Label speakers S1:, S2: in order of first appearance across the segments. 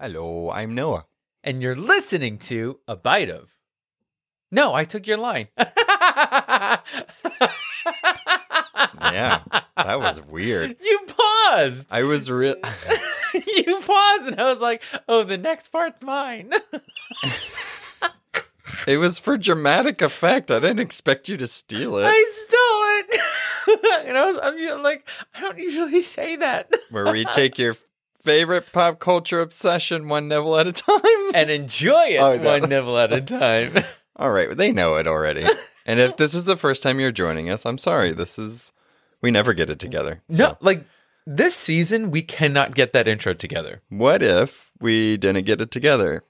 S1: Hello, I'm Noah.
S2: and you're listening to a bite of. No, I took your line. yeah,
S1: That was weird.
S2: You paused.
S1: I was real.
S2: you paused, and I was like, "Oh, the next part's mine."
S1: it was for dramatic effect. I didn't expect you to steal it.
S2: I stole it, and I was I'm just like, "I don't usually say that,"
S1: Where we take your favorite pop culture obsession one nibble at a time.
S2: and enjoy it
S1: Oh, no.
S2: one nibble at a time.
S1: All right, they know it already. and if this is the first time you're joining us, I'm sorry. This is we never get it together.
S2: No,
S1: So,
S2: like this season, we cannot get that intro together.
S1: What if we didn't get it together?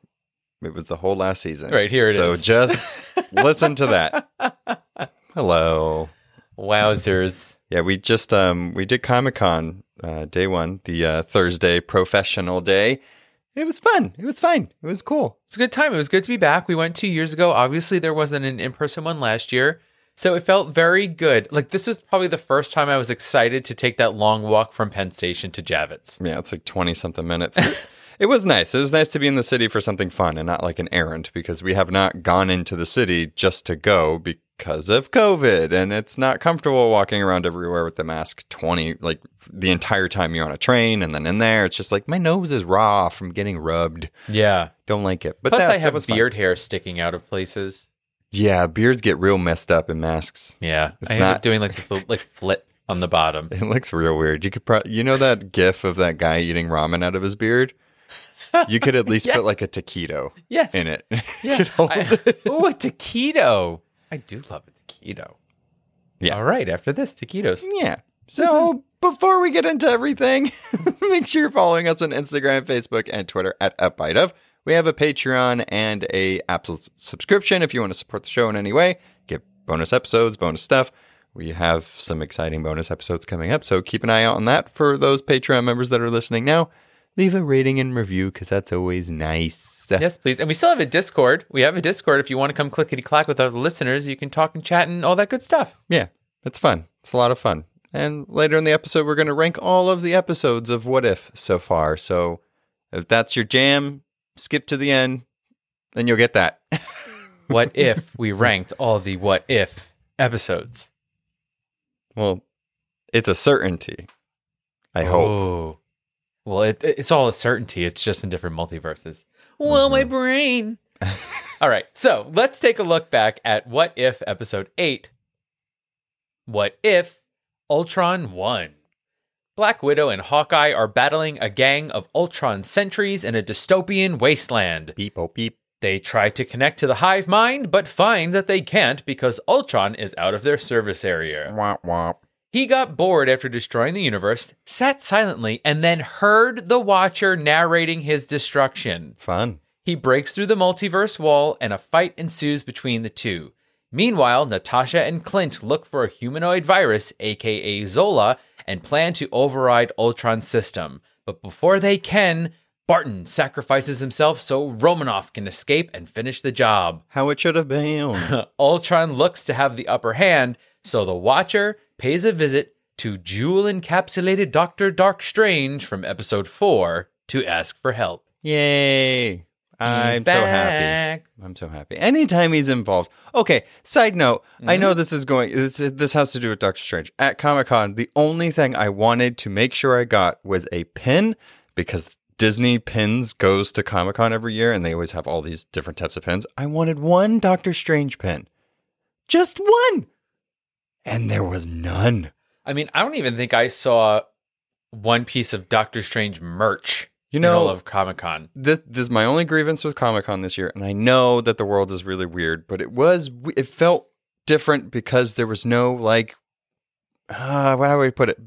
S1: It was the whole last season.
S2: Right, here it
S1: so
S2: is.
S1: just listen to that. Hello.
S2: Wowzers!
S1: Yeah, we just um we did Comic Con uh, day one, the uh, Thursday professional day. It was fun. It was fine. It was cool.
S2: It's a good time. It was good to be back. We went two years ago. Obviously, there wasn't an in person one last year. So it felt very good. Like, this was probably the first time I was excited to take that long walk from Penn Station to Javits.
S1: Yeah, it's like twenty something minutes. it was nice. It was nice to be in the city for something fun and not like an errand because we have not gone into the city just to go because of COVID and it's not comfortable walking around everywhere with the mask twenty like the entire time you're on a train and then in there it's just like my nose is raw from getting rubbed.
S2: Yeah.
S1: Don't like it. But
S2: Plus,
S1: that,
S2: I
S1: that
S2: have
S1: was fun.
S2: beard hair sticking out of places.
S1: Yeah, beards get real messed up in masks.
S2: Yeah.
S1: It's
S2: I end
S1: not-
S2: up doing like this little like flip on the bottom.
S1: It looks real weird. You could pro- you know that gif of that guy eating ramen out of his beard? You could at least put like a taquito
S2: Yes.
S1: in it.
S2: Yeah.
S1: Could hold
S2: I,
S1: it.
S2: ooh, a taquito. I do love a taquito.
S1: Yeah.
S2: All right. After this, taquitos.
S1: Yeah. So before we get into everything, make sure you're following us on Instagram, Facebook, and Twitter at Upbite of. We have a Patreon and a Apple s- subscription if you want to support the show in any way. Get bonus episodes, bonus stuff. We have some exciting bonus episodes coming up, so keep an eye out on that for those Patreon members that are listening now. Leave a rating and review because that's always nice.
S2: Yes, please. And we still have a Discord. We have a Discord. If you want to come clickety clack with other listeners, you can talk and chat and all that good stuff.
S1: Yeah, it's fun. It's a lot of fun. And later in the episode, we're going to rank all of the episodes of What If so far. So if that's your jam, skip to the end, then you'll get that.
S2: What if we ranked all the what if episodes?
S1: well, it's a certainty.
S2: Oh.
S1: I hope.
S2: Ooh. Well, it, it's all a certainty. It's just in different multiverses. Well, my
S1: Mm-hmm.
S2: brain. all right. So let's take a look back at What If Episode 8. What If Ultron won? Black Widow and Hawkeye are battling a gang of Ultron sentries in a dystopian wasteland.
S1: Beep, oh, beep.
S2: They try to connect to the hive mind, but find that they can't because Ultron is out of their service area.
S1: Womp, womp.
S2: He got bored after destroying the universe, sat silently, and then heard the Watcher narrating his destruction.
S1: Fun.
S2: He breaks through the multiverse wall, and a fight ensues between the two. Meanwhile, Natasha and Clint look for a humanoid virus, aka Zola, and plan to override Ultron's system. But before they can, Barton sacrifices himself so Romanoff can escape and finish the job.
S1: How it should have been.
S2: Ultron looks to have the upper hand, so the Watcher pays a visit to jewel encapsulated Doctor Dark Strange from episode 4 to ask for help.
S1: Yay. I'm
S2: He's
S1: so happy.
S2: back.
S1: I'm so happy. Anytime he's involved. Okay. Side note: I know this is going. This this has to do with Doctor Strange at Comic Con. The only thing I wanted to make sure I got was a pin because Disney pins goes to Comic Con every year, and they always have all these different types of pins. I wanted one Doctor Strange pin, just one, and there was none.
S2: I mean, I don't even think I saw one piece of Doctor Strange merch
S1: You
S2: in
S1: know,
S2: all of Comic Con.
S1: this, this is my only grievance with Comic Con this year, and I know that the world is really weird, but it was w- it felt different because there was no like, uh, how do we put it,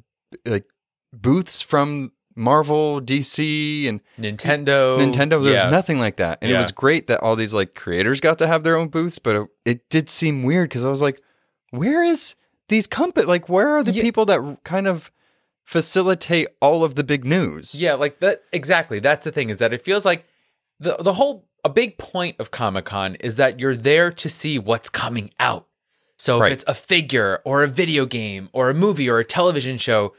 S1: like booths from Marvel, DC, and
S2: Nintendo.
S1: Nintendo. There
S2: Oh, yeah.
S1: was nothing like that, and it
S2: Yeah.
S1: was great that all these like creators got to have their own booths, but it, it did seem weird because I was like, where is these company? Like, where are the people that kind of facilitate all of the big news?
S2: Yeah, like that exactly. That's the thing is that it feels like the the whole a big point of Comic-Con is that you're there to see what's coming out. So
S1: Right.
S2: if it's a figure or a video game or a movie or a television show,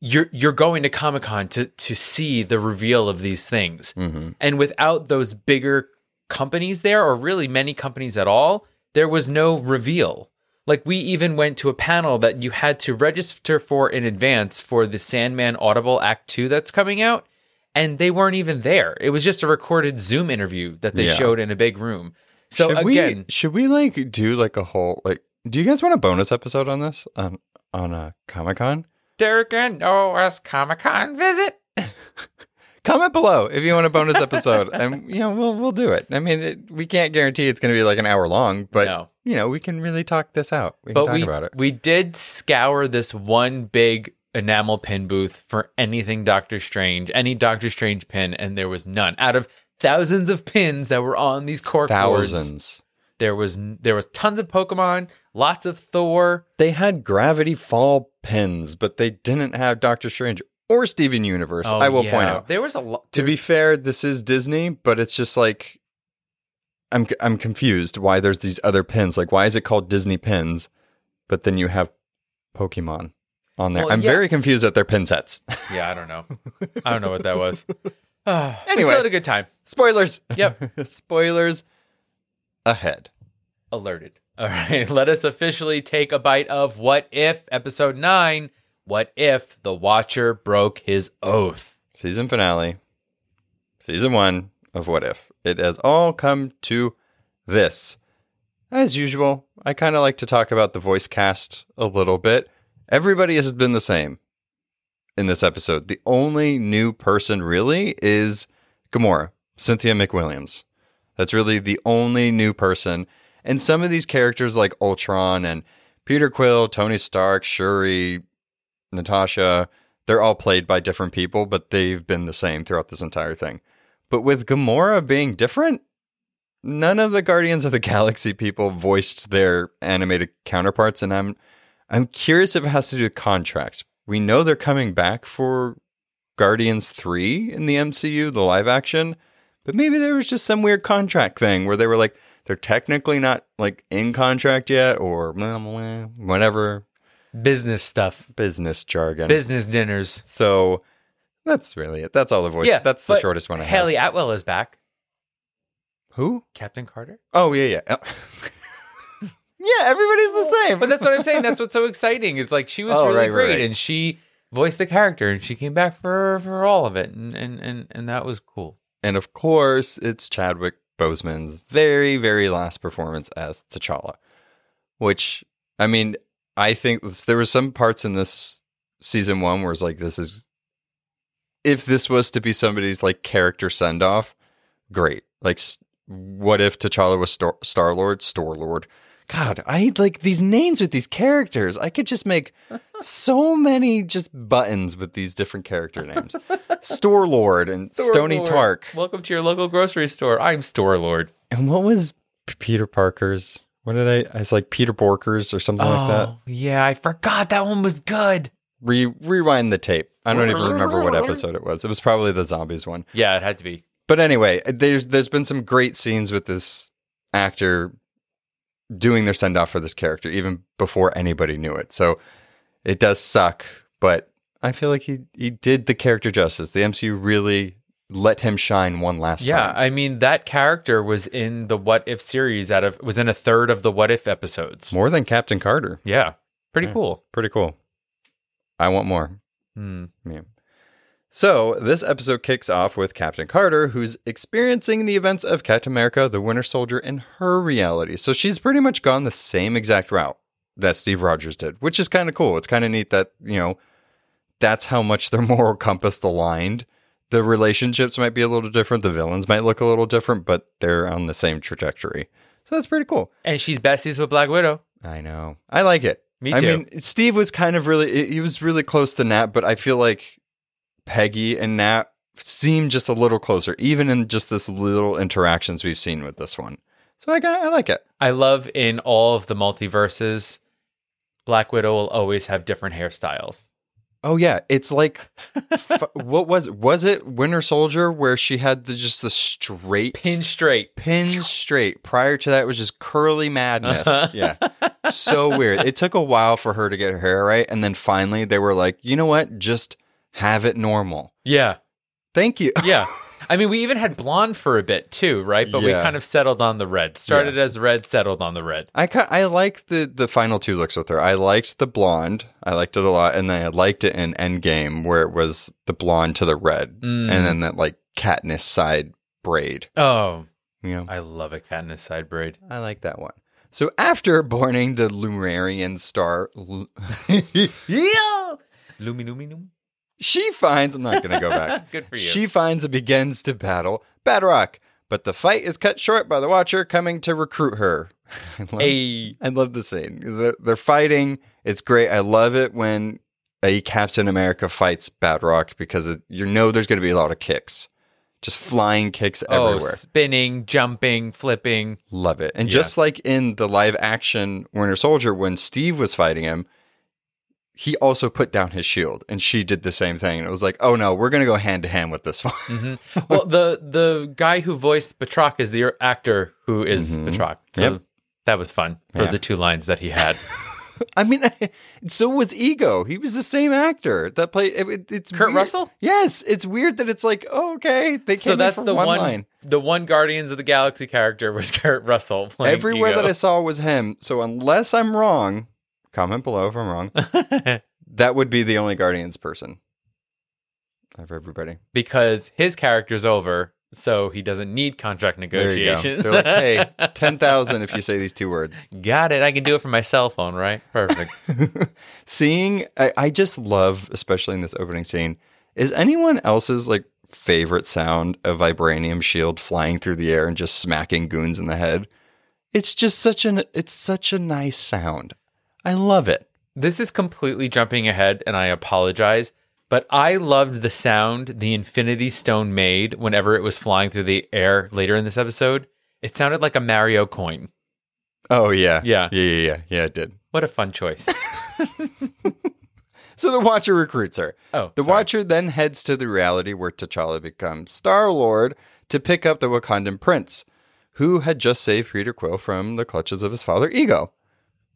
S2: you're you're going to Comic Con to to see the reveal of these things.
S1: Mhm.
S2: And without those bigger companies there, or really many companies at all, there was no reveal. Like we even went to a panel that you had to register for in advance for the Sandman Audible Act Two that's coming out, and they weren't even there. It was just a recorded Zoom interview that they
S1: Yeah.
S2: showed in a big room. So
S1: should
S2: again,
S1: we should we like do like a whole like? Do you guys want a bonus episode on this on on uh, a Comic Con?
S2: Derek and OS Comic Con visit.
S1: Comment below if you want a bonus episode, and you know we'll we'll do it. I mean, it, we can't guarantee it's going to be like an hour long, but
S2: No.
S1: you know we can really talk this out. We can
S2: but
S1: talk
S2: we
S1: about it.
S2: we did scour this one big enamel pin booth for anything Doctor Strange, any Doctor Strange pin, and there was none. Out of thousands of pins that were on these cork boards,
S1: Thousands.
S2: there was n- there was tons of Pokemon, lots of Thor.
S1: They had Gravity Fall pins, but they didn't have Doctor Strange or Steven Universe.
S2: Oh,
S1: I will
S2: yeah.
S1: point out.
S2: there was a lot.
S1: to be fair, this is Disney, but it's just like I'm I'm confused why there's these other pins. Like, why is it called Disney pins, but then you have Pokemon on there?
S2: Well,
S1: I'm
S2: yeah.
S1: very confused at their pin sets.
S2: Yeah, I don't know. I don't know what that was. Ah, we
S1: Anyway.
S2: still had a good time.
S1: Spoilers.
S2: Yep.
S1: Spoilers ahead.
S2: alerted. All right, let us officially take a bite of What If, episode nine. What if the Watcher broke his oath?
S1: Season finale. Season one of What If. It has all come to this. As usual, I kind of like to talk about the voice cast a little bit. Everybody has been the same. in this episode. The only new person really is Gamora, Cynthia McWilliams. That's really the only new person. And some of these characters like Ultron and Peter Quill, Tony Stark, Shuri, Natasha, they're all played by different people, but they've been the same throughout this entire thing. But with Gamora being different, none of the Guardians of the Galaxy people voiced their animated counterparts, and I'm I'm curious if it has to do with contracts. We know they're coming back for Guardians 3 in the MCU, the live action, but maybe there was just some weird contract thing where they were like, they're technically not like in contract yet or blah, blah, blah, whatever
S2: Business stuff,
S1: business jargon.
S2: business dinners.
S1: so that's really it. That's all the voice.
S2: Yeah,
S1: that's the
S2: but
S1: shortest one I have.
S2: Haley Atwell is back.
S1: Who?
S2: Captain Carter.
S1: Oh, yeah, yeah. yeah, everybody's the
S2: Oh,
S1: same.
S2: But that's what I'm saying. That's what's so exciting. It's like she was
S1: Oh,
S2: really
S1: right, right,
S2: great,
S1: right.
S2: and she voiced the character, and she came back for for all of it, and and and, and that was cool.
S1: And of course, it's Chadwick Boseman's very, very last performance as T'Challa, which I mean, I think this- there were some parts in this season one where it's like, this is if this was to be somebody's like character send off, great. Like, s- what if T'Challa was Star Lord, Store Lord? God, I hate like these names with these characters. I could just make so many just buttons with these different character names. Store Lord and Stony
S2: Store Lord.
S1: Tark.
S2: Welcome to your local grocery store. I'm Store Lord.
S1: And what was P- Peter Parker's? What did I? I was like Peter Borkers or something like that.
S2: Oh, yeah, I forgot that one was good.
S1: Re- rewind the tape. I don't even remember what episode it was. It was probably the zombies one.
S2: Yeah, it had to be.
S1: But anyway, there's there's been some great scenes with this actor doing their send off for this character even before anybody knew it. So it does suck, but I feel like he he did the character justice. The MCU really let him shine one last
S2: Yeah,
S1: time.
S2: I mean that character was in the What If series out of was in a third of the What If episodes.
S1: More than Captain Carter.
S2: Yeah, pretty
S1: Yeah.
S2: cool.
S1: Pretty cool. I want more.
S2: Hmm.
S1: Yeah. So, this episode kicks off with Captain Carter, who's experiencing the events of Captain America, the Winter Soldier, in her reality. So, she's pretty much gone the same exact route that Steve Rogers did, which is kind of cool. It's kind of neat that, you know, that's how much their moral compass aligned. The relationships might be a little different, the villains might look a little different, but they're on the same trajectory. So, that's pretty cool.
S2: And she's besties with Black Widow.
S1: I know. I like it.
S2: Me
S1: I
S2: too.
S1: mean, Steve was kind of really he was really close to Nat, but I feel like Peggy and Nat seem just a little closer, even in just this little interactions we've seen with this one. So I got I like it.
S2: I love in all of the multiverses, Black Widow will always have different hairstyles.
S1: Oh yeah, it's like f- what was it? was it Winter Soldier where she had the just the straight
S2: Pin straight.
S1: pin straight. Prior to that, it was just curly madness.
S2: Uh-huh.
S1: Yeah, so weird. It took a while for her to get her hair right, and then finally they were like, you know what? Just have it normal.
S2: Yeah.
S1: Thank you.
S2: Yeah. I mean, we even had blonde for a bit too, right? But we
S1: Yeah.
S2: kind of settled on the red. Started as red, settled on the red.
S1: I ki- I like the the final two looks with her. I liked the blonde. I liked it a lot, and then I liked it in Endgame where it was the blonde to the red,
S2: Mm.
S1: and then that like Katniss side braid.
S2: Oh,
S1: You know,
S2: I love a cat in a side braid.
S1: I like that one. So after burning the Lumerian star, Lu-
S2: Yeah. Luminum.
S1: she finds. I'm not going to go back.
S2: Good for you.
S1: she finds and begins to battle Badrock, but the fight is cut short by the Watcher coming to recruit her. I love,
S2: a
S1: I love the scene. They're, they're fighting. It's great. I love it when a Captain America fights Badrock because it, you know there's going to be a lot of kicks, just flying kicks
S2: oh,
S1: everywhere.
S2: spinning, jumping, flipping.
S1: Love it. And
S2: Yeah.
S1: just like in the live action Winter Soldier, when Steve was fighting him, he also put down his shield and she did the same thing. And it was like, oh no, we're going to go hand to hand with this one.
S2: Mm-hmm. well, the the guy who voiced Batroc is the actor who is
S1: Mhm.
S2: Batroc. So
S1: Yep.
S2: that was fun for
S1: Yeah.
S2: the two lines that he had.
S1: I mean, so was Ego. He was the same actor that played. It, it- it's
S2: Kurt
S1: weird.
S2: Russell?
S1: Yes. It's weird that it's like, oh, okay. They came
S2: so
S1: in
S2: that's
S1: for
S2: the
S1: one,
S2: one,
S1: line.
S2: the one Guardians of the Galaxy character was Kurt Russell playing
S1: Everywhere
S2: Ego.
S1: that I saw was him. So unless I'm wrong, comment below if I'm wrong. that would be the only Guardians person of everybody.
S2: because his character's over, so he doesn't need contract negotiations.
S1: There you go. They're like, hey, ten thousand if you say these two words.
S2: Got it. I can do it from my cell phone, right? Perfect.
S1: Seeing, I, I just love, especially in this opening scene, is anyone else's like favorite sound a vibranium shield flying through the air and just smacking goons in the head? It's just such an, it's such a nice sound. I love it.
S2: this is completely jumping ahead, and I apologize. But I loved the sound the Infinity Stone made whenever it was flying through the air later in this episode. It sounded like a Mario coin.
S1: Oh yeah,
S2: Yeah.
S1: yeah, yeah, yeah. yeah it did.
S2: What a fun choice.
S1: So the Watcher recruits her.
S2: Oh,
S1: The
S2: sorry.
S1: Watcher then heads to the reality where T'Challa becomes Star Lord to pick up the Wakandan prince, who had just saved Peter Quill from the clutches of his father Ego.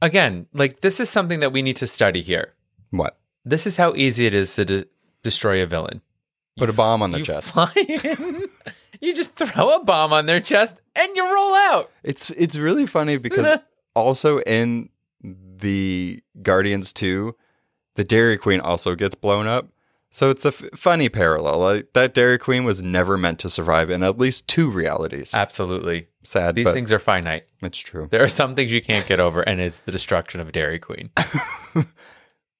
S2: Again, like this is something that we need to study here.
S1: What?
S2: This is how easy it is to de- destroy a villain.
S1: Put a bomb on their
S2: you
S1: chest.
S2: fly in, you just throw a bomb on their chest, and you roll out.
S1: It's it's really funny because also in the Guardians 2, the Dairy Queen also gets blown up. So it's a f- funny parallel. Like, that Dairy Queen was never meant to survive in at least two realities.
S2: Absolutely.
S1: Sad,
S2: These
S1: but
S2: things are finite.
S1: it's true.
S2: There are some things you can't get over, and it's the destruction of Dairy Queen.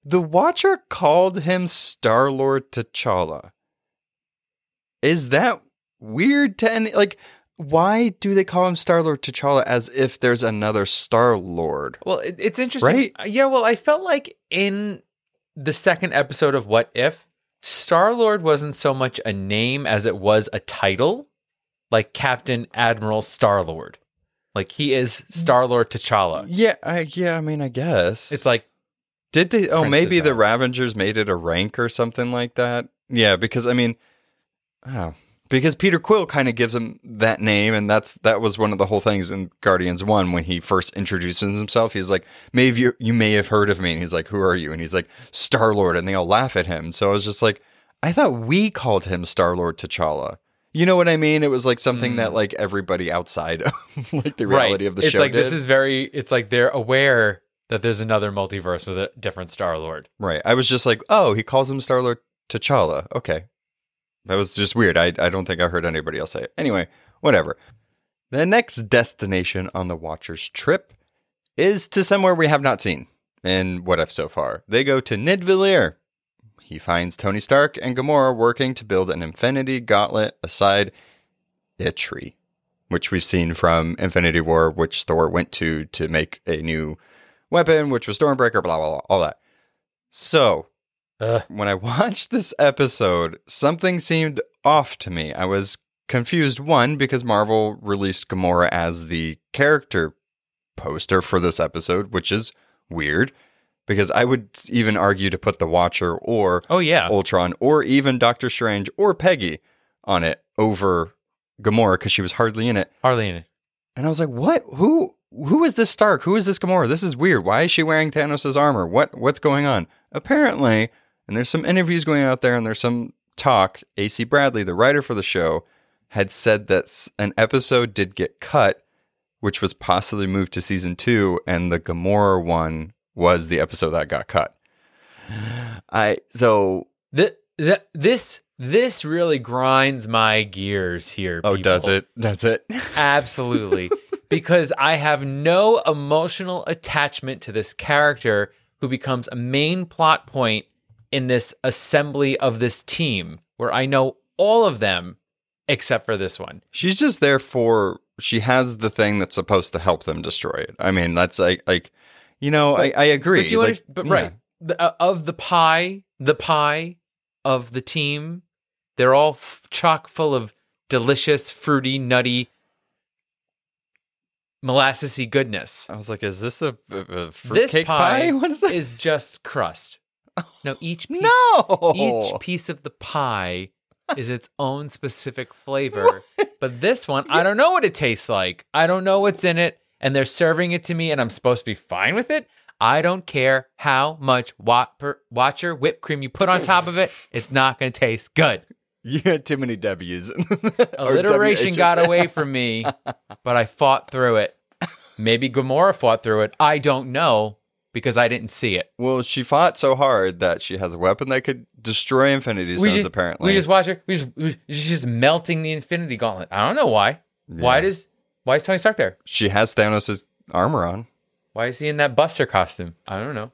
S1: The Watcher called him Star Lord T'Challa. Is that weird to any? Like, why do they call him Star Lord T'Challa as if there's another Star Lord?
S2: Well, it, it's interesting. Uh,
S1: Right?
S2: Yeah, well, I felt like in the second episode of What If, Star Lord wasn't so much a name as it was a title, like Captain Admiral Star Lord. Like he is Star Lord T'Challa.
S1: Yeah, I, yeah. I mean, I guess
S2: It's like,
S1: Did they? Oh,
S2: Prince
S1: maybe
S2: of
S1: the
S2: Dark.
S1: Ravengers made it a rank or something like that. Yeah, because I mean, oh, because Peter Quill kind of gives him that name, and that's that was one of the whole things in Guardians One when he first introduces himself. He's like, "Maybe you you may have heard of me," and he's like, "Who are you?" And he's like, "Star Lord," and they all laugh at him. So I was just like, I thought we called him Star Lord T'Challa. You know what I mean? It was like something that like everybody outside of like the reality
S2: Mm. right.
S1: of the
S2: it's
S1: show
S2: like this
S1: did.
S2: is very. It's like they're aware that there's another multiverse with a different Star Lord.
S1: Right. I was just like, oh, he calls him Star Lord T'Challa. Okay. That was just weird. I, I don't think I heard anybody else say it. Anyway, whatever. The next destination on the Watcher's trip is to somewhere we have not seen in What If so far. They go to Nidvillir. He finds Tony Stark and Gamora working to build an Infinity Gauntlet aside Itri, which we've seen from Infinity War, which Thor went to to make a new weapon, which was Stormbreaker, blah, blah, blah, all that. So,
S2: Ugh.
S1: when I watched this episode, something seemed off to me. I was confused, one, because Marvel released Gamora as the character poster for this episode, which is weird. because I would even argue to put the Watcher or
S2: Oh yeah.
S1: Ultron or even Doctor Strange or Peggy on it over Gamora because she was hardly in it.
S2: Hardly in it.
S1: And I was like, what? Who? Who is this Stark? Who is this Gamora? This is weird. Why is she wearing Thanos' armor? What? What's going on? Apparently, and there's some interviews going out there, and there's some talk. AC Bradley, the writer for the show, had said that s- an episode did get cut, which was possibly moved to season two, and the Gamora one was the episode that got cut. I so
S2: Th- th- this this really grinds my gears here.
S1: oh
S2: people.
S1: does it does it
S2: Absolutely. because I have no emotional attachment to this character who becomes a main plot point in this assembly of this team where I know all of them except for this one.
S1: She's just there for she has the thing that's supposed to help them destroy it. I mean, that's like like you know, I, I agree.
S2: But do you
S1: Like,
S2: understand? But
S1: yeah.
S2: right, the, uh, of the pie, the pie of the team, they're all f- chock full of delicious, fruity, nutty, molassesy goodness.
S1: I was like, is this a, a, a
S2: this
S1: fruitcake pie? What is that?
S2: is just crust. No, each piece,
S1: no.
S2: each piece of the pie is its own specific flavor. but this one, I don't know what it tastes like. I don't know what's in it, and they're serving it to me, and I'm supposed to be fine with it. I don't care how much Whopper, Watcher whipped cream you put on top of it. It's not going to taste good.
S1: you had too many W's. Or
S2: Alliteration
S1: WHs.
S2: got away from me, but I fought through it. Maybe Gamora fought through it. I don't know because I didn't see it.
S1: Well, she fought so hard that she has a weapon that could destroy Infinity Stones.
S2: just,
S1: apparently,
S2: We just watch her. We just, we- she's just melting the Infinity Gauntlet. I don't know why. Why does why is Tony Stark there?
S1: she has Thanos' armor on.
S2: Why is he in that Buster costume? I don't know.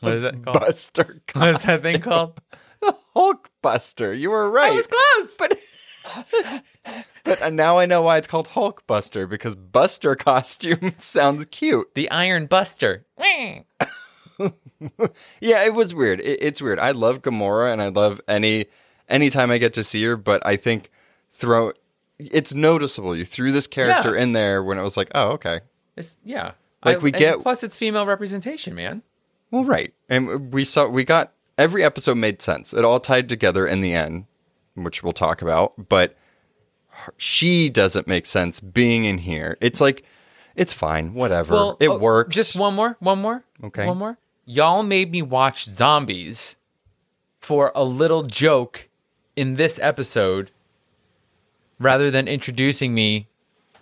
S2: what is that called?
S1: Buster,
S2: what is that thing called?
S1: Hulk Buster. You were right.
S2: close, but
S1: But uh, now I know why it's called Hulk Buster because Buster costume sounds cute.
S2: the Iron Buster.
S1: Yeah, it was weird. It, it's weird. I love Gamora and I love any anytime I get to see her, but I think throw it's noticeable. You threw this character
S2: Yeah.
S1: in there when it was like, oh, okay.
S2: It's, yeah,
S1: Like,
S2: I-
S1: we
S2: and
S1: get-
S2: plus it's female representation, man.
S1: Well, right. And we saw we got every episode made sense. It all tied together in the end, which we'll talk about, but her- she doesn't make sense being in here. It's like it's fine, whatever. it
S2: oh,
S1: worked.
S2: Just one more, one more,
S1: Okay.
S2: one more. Y'all made me watch zombies for a little joke in this episode, rather than introducing me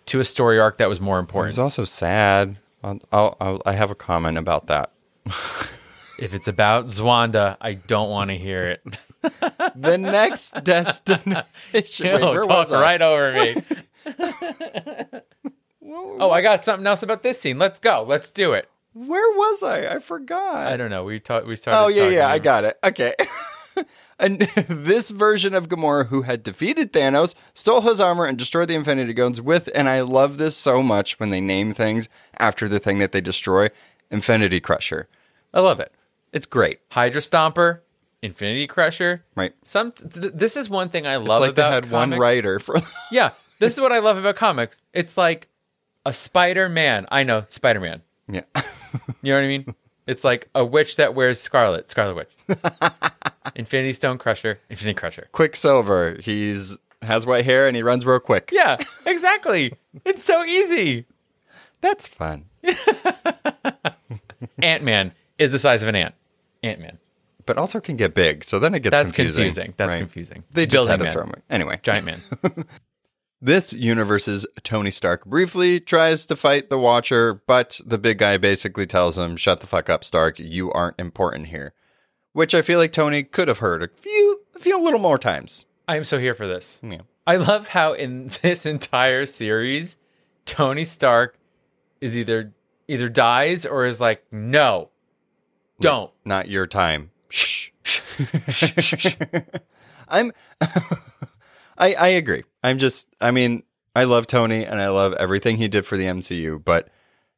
S2: to a story arc that was more
S1: It's
S2: important.
S1: also sad. I'll, I'll, I'll, I have a comment about that.
S2: If it's about Zwanda, I don't want to hear it.
S1: The next destination. Wait,
S2: No,
S1: where
S2: talk
S1: was I?
S2: right over me. oh, I got something else about this scene. Let's go. Let's do it.
S1: Where was I? I forgot.
S2: I don't know. We talked. We started.
S1: oh yeah,
S2: talking
S1: yeah. I
S2: over-
S1: got it. Okay. and this version of Gamora, who had defeated Thanos, stole his armor and destroyed the Infinity Stones with. And I love this so much when they name things after the thing that they destroy. Infinity Crusher. I love it. It's great.
S2: Hydra Stomper, Infinity Crusher.
S1: Right.
S2: Some. Th- this is one thing I love
S1: It's like they
S2: about
S1: had one
S2: comics.
S1: writer for.
S2: Yeah, this is what I love about comics. It's like a Spider Man. I know Spider Man.
S1: yeah.
S2: You know what I mean? It's like a witch that wears scarlet. Scarlet Witch. Infinity Stone Crusher. Infinity Crusher.
S1: Quicksilver. He's has white hair and he runs real quick.
S2: Yeah, exactly. it's so easy.
S1: That's fun.
S2: Ant Man is the size of an ant. Ant Man.
S1: But also can get big. So then it gets
S2: That's
S1: confusing.
S2: confusing. That's
S1: right?
S2: confusing.
S1: They just
S2: Building
S1: had to
S2: man.
S1: throw him. Anyway,
S2: Giant Man.
S1: this universe's Tony Stark briefly tries to fight the Watcher, but the big guy basically tells him, "Shut the fuck up, Stark. You aren't important here." Which I feel like Tony could have heard a few, a few little more times.
S2: I am so here for this.
S1: Yeah.
S2: I love how in this entire series, Tony Stark is either either dies or is like, no, don't.
S1: Not your time. Shh. I'm. I I agree. I'm just. I mean, I love Tony, and I love everything he did for the MCU. But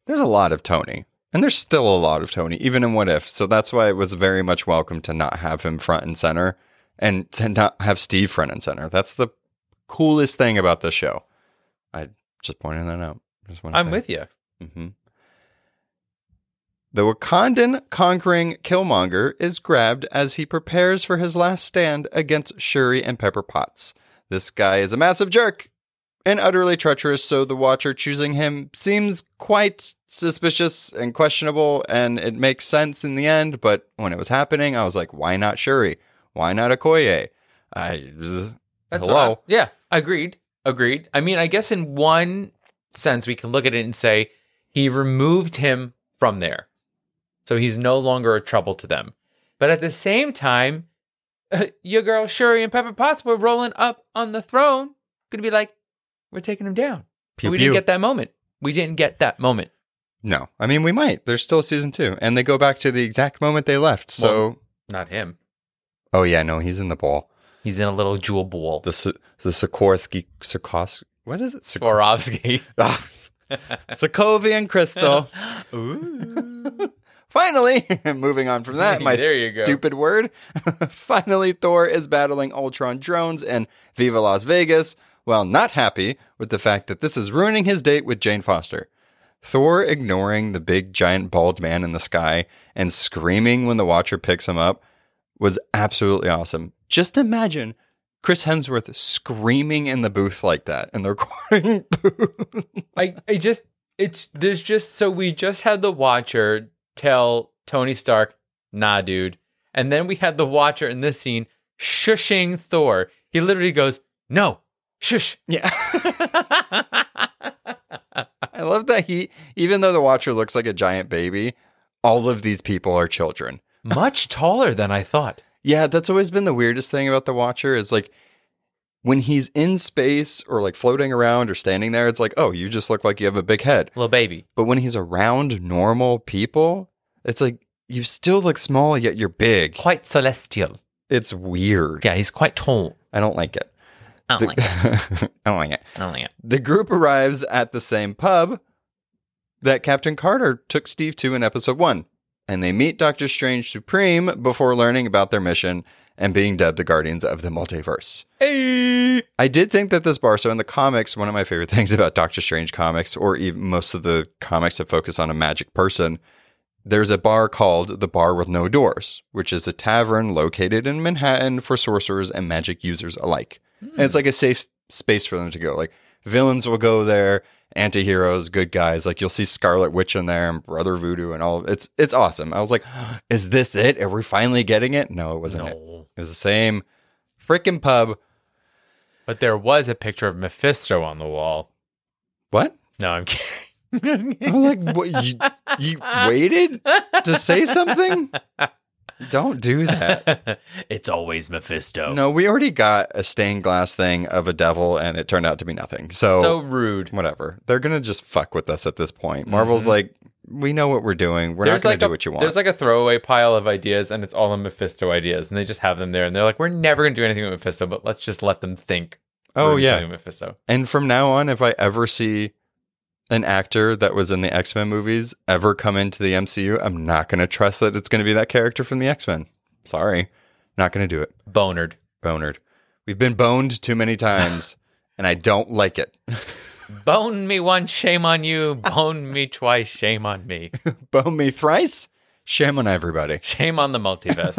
S1: there's a lot of Tony, and there's still a lot of Tony, even in What If. So that's why it was very much welcome to not have him front and center, and to not have Steve front and center. That's the coolest thing about this show. I just pointed that out. Just
S2: I'm with you.
S1: Mm-hmm. The Wakandan conquering Killmonger is grabbed as he prepares for his last stand against Shuri and Pepper Potts. This guy is a massive jerk and utterly treacherous, so the Watcher choosing him seems quite suspicious and questionable, and it makes sense in the end. But when it was happening, I was like, why not Shuri? Why not Okoye? I.
S2: That's
S1: hello.
S2: what I- yeah, agreed. Agreed. I mean, I guess in one sense, we can look at it and say he removed him from there. So he's no longer a trouble to them. But at the same time, uh, your girl Shuri and Pepper Potts were rolling up on the throne. Going to be like, we're taking him down. But
S1: Pew,
S2: we
S1: pew.
S2: didn't get that moment. We didn't get that moment.
S1: No, I mean we might. There's still season two, and they go back to the exact moment they left. So,
S2: Not him.
S1: oh yeah, no, he's in the ball.
S2: He's in a little jewel ball.
S1: The S- the Sikorsky Sikos. What is it? Sikor-
S2: Swarovski.
S1: ah, Sokovian crystal.
S2: Ooh.
S1: Finally, moving on from that, my
S2: There you go.
S1: stupid word. Finally, Thor is battling Ultron drones in Viva Las Vegas, while not happy with the fact that this is ruining his date with Jane Foster. Thor ignoring the big giant bald man in the sky and screaming when the Watcher picks him up was absolutely awesome. Just imagine Chris Hemsworth screaming in the booth like that in the recording booth.
S2: I, I just it's there's just so we just had the Watcher tell Tony Stark, nah, dude. And then we had the Watcher in this scene shushing Thor. He literally goes, No, shush.
S1: yeah. I love that he, even though the Watcher looks like a giant baby, all of these people are children.
S2: Much taller than I thought.
S1: Yeah, that's always been the weirdest thing about the Watcher is like when he's in space or like floating around or standing there, it's like, oh, you just look like you have a big head.
S2: Little baby.
S1: But when he's around normal people, it's like you still look small, yet you're big.
S2: Quite celestial.
S1: It's weird.
S2: Yeah, he's quite tall.
S1: I don't like it.
S2: I don't like it.
S1: I don't like it.
S2: I don't like it.
S1: The group arrives at the same pub that Captain Carter took Steve to in episode one, and they meet Doctor Strange Supreme before learning about their mission and being dubbed the Guardians of the Multiverse.
S2: Hey.
S1: I did think that this bar, so in the comics, one of my favorite things about Doctor Strange comics, or even most of the comics that focus on a magic person, there's a bar called the Bar with No Doors, which is a tavern located in Manhattan for sorcerers and magic users alike. And it's like a safe space for them to go. Like villains will go there, anti-heroes, good guys. Like you'll see Scarlet Witch in there and Brother Voodoo and all. It's it's awesome. I was like, is this it? Are we finally getting it? No, it wasn't it.
S2: No.
S1: It was the same freaking pub.
S2: But there was a picture of Mephisto on the wall.
S1: What?
S2: No, I'm kidding.
S1: I was like, what, you, you waited to say something? Don't do that.
S2: it's always Mephisto.
S1: No, we already got a stained glass thing of a devil and it turned out to be nothing. So,
S2: So rude.
S1: whatever. They're going to just fuck with us at this point. Marvel's like, we know what we're doing. We're not going
S2: like
S1: to
S2: a,
S1: do what you want.
S2: There's like a throwaway pile of ideas, and it's all the Mephisto ideas, and they just have them there, and they're like, "We're never going to do anything with Mephisto, but let's just let them think." we're
S1: oh,
S2: gonna do
S1: yeah.
S2: something with Mephisto.
S1: And from now on, if I ever see an actor that was in the X Men movies ever come into the MCU, I'm not going to trust that it's going to be that character from the X Men. Sorry. Not going to do it.
S2: Bonard.
S1: Bonered. We've been boned too many times, and I don't like it.
S2: Bone me once, shame on you. Bone me twice, shame on me.
S1: Bone me thrice, shame on everybody.
S2: Shame on the multiverse.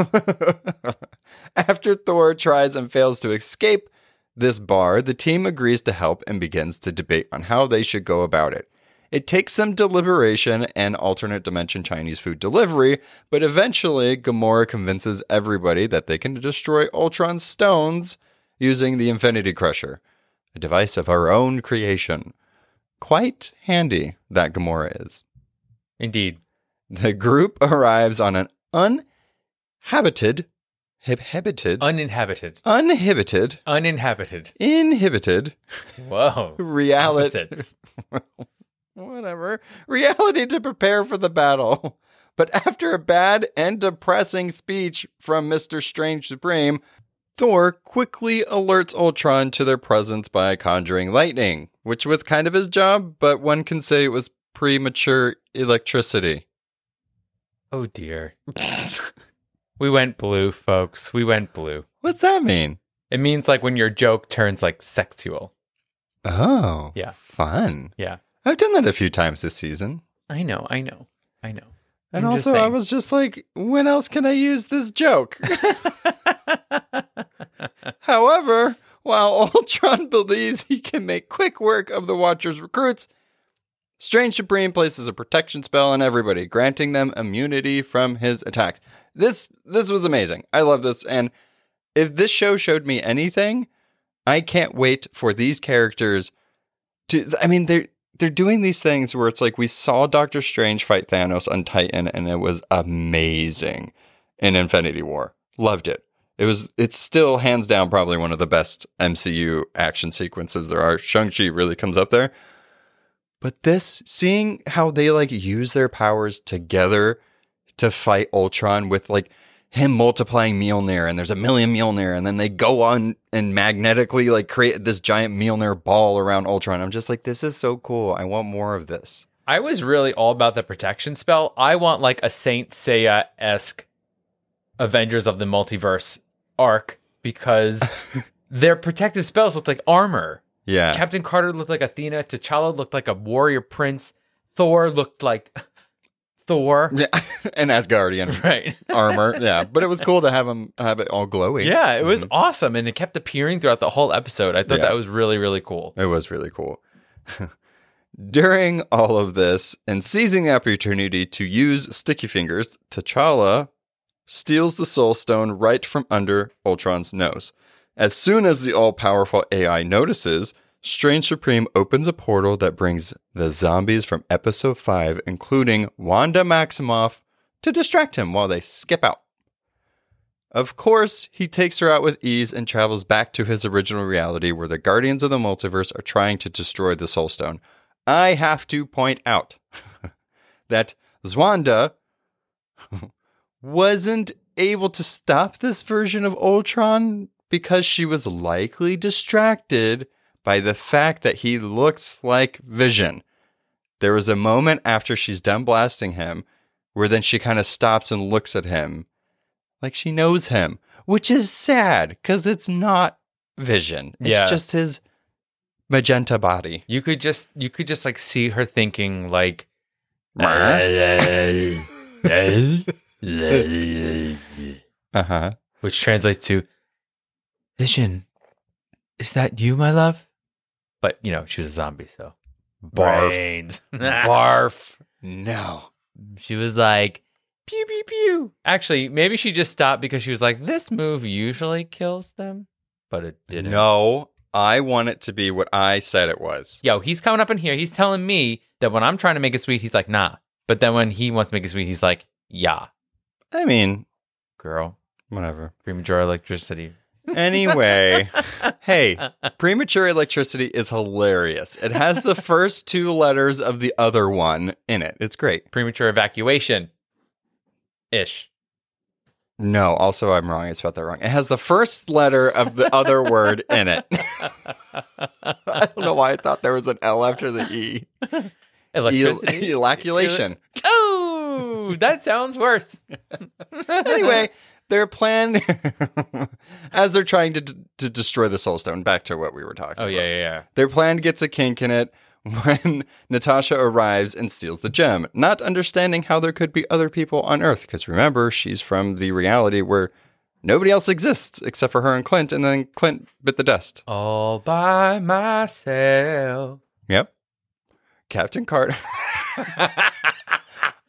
S1: After Thor tries and fails to escape this bar, the team agrees to help and begins to debate on how they should go about it. It takes some deliberation and alternate dimension Chinese food delivery, but eventually Gamora convinces everybody that they can destroy Ultron's stones using the Infinity Crusher, a device of our own creation. Quite handy that Gamora is.
S2: Indeed.
S1: The group arrives on an uninhabited, inhabited,
S2: Uninhabited.
S1: uninhibited,
S2: Uninhabited.
S1: inhibited
S2: Whoa.
S1: reality,
S2: Opposites.
S1: whatever reality to prepare for the battle. But after a bad and depressing speech from Mister Strange Supreme, Thor quickly alerts Ultron to their presence by conjuring lightning, which was kind of his job, but one can say it was premature electricity.
S2: Oh dear. We went blue, folks. We went blue.
S1: What's that mean?
S2: It means like when your joke turns like sexual.
S1: Oh.
S2: Yeah.
S1: Fun.
S2: Yeah.
S1: I've done that a few times this season.
S2: I know. I know. I know.
S1: And
S2: I'm just
S1: also, I
S2: saying.
S1: was just like, when else can I use this joke? However, while Ultron believes he can make quick work of the Watcher's recruits, Strange Supreme places a protection spell on everybody, granting them immunity from his attacks. This this was amazing. I love this. And if this show showed me anything, I can't wait for these characters to I mean they're they're doing these things where it's like we saw Doctor Strange fight Thanos on Titan and it was amazing in Infinity War. Loved it. It was it's still hands down probably one of the best MCU action sequences there are. Shang-Chi really comes up there. But this seeing how they like use their powers together to fight Ultron with like him multiplying Mjolnir and there's a million Mjolnir and then they go on and magnetically like create this giant Mjolnir ball around Ultron. I'm just like this is so cool. I want more of this.
S2: I was really all about the protection spell. I want like a Saint Seiya esque Avengers of the Multiverse arc because their protective spells looked like armor.
S1: Yeah.
S2: Captain Carter looked like Athena. T'Challa looked like a warrior prince. Thor looked like Thor.
S1: yeah. and Asgardian
S2: Right.
S1: armor. Yeah. But it was cool to have him have it all glowy.
S2: Yeah, it was awesome. And it kept appearing throughout the whole episode. I thought
S1: Mm-hmm. Yeah.
S2: that was really, really cool.
S1: It was really cool. During all of this and seizing the opportunity to use sticky fingers, T'Challa steals the soul stone right from under Ultron's nose. As soon as the all powerful AI notices, Strange Supreme opens a portal that brings the zombies from episode 5, including Wanda Maximoff, to distract him while they skip out. Of course, he takes her out with ease and travels back to his original reality where the Guardians of the Multiverse are trying to destroy the Soul Stone. I have to point out that Zwanda wasn't able to stop this version of Ultron because she was likely distracted by the fact that he looks like Vision. There was a moment after she's done blasting him where then she kind of stops and looks at him like she knows him, which is sad because it's not vision. It's
S2: Yeah.
S1: just his magenta body.
S2: You could just you could just like see her thinking like
S1: Uh-huh.
S2: which translates to Vision. Is that you, my love? But you know, she was a zombie, so
S1: Barf.
S2: Brains.
S1: Barf. No.
S2: she was like pew pew pew. Actually, maybe she just stopped because she was like, this move usually kills them, but it didn't.
S1: No. I want it to be what I said it was.
S2: Yo, he's coming up in here. He's telling me that when I'm trying to make it sweet, he's like, nah. But then when he wants to make it sweet, he's like, yeah,
S1: I mean,
S2: girl,
S1: whatever.
S2: premature electricity.
S1: Anyway, hey, premature electricity is hilarious. It has the first two letters of the other one in it. It's great.
S2: Premature evacuation. Ish.
S1: No, also I'm wrong. I spelled that wrong. It has the first letter of the other word in it. I don't know why I thought there was an L after the E.
S2: Electricity.
S1: E- Elaculation.
S2: oh, that sounds worse.
S1: Anyway, their plan, as they're trying to, to destroy the Soul Stone, back to what we were talking
S2: Oh,
S1: about.
S2: yeah, yeah, yeah.
S1: Their plan gets a kink in it when Natasha arrives and steals the gem, not understanding how there could be other people on Earth. Because remember, she's from the reality where nobody else exists except for her and Clint, and then Clint bit the dust.
S2: All by myself.
S1: Yep. Captain Carter.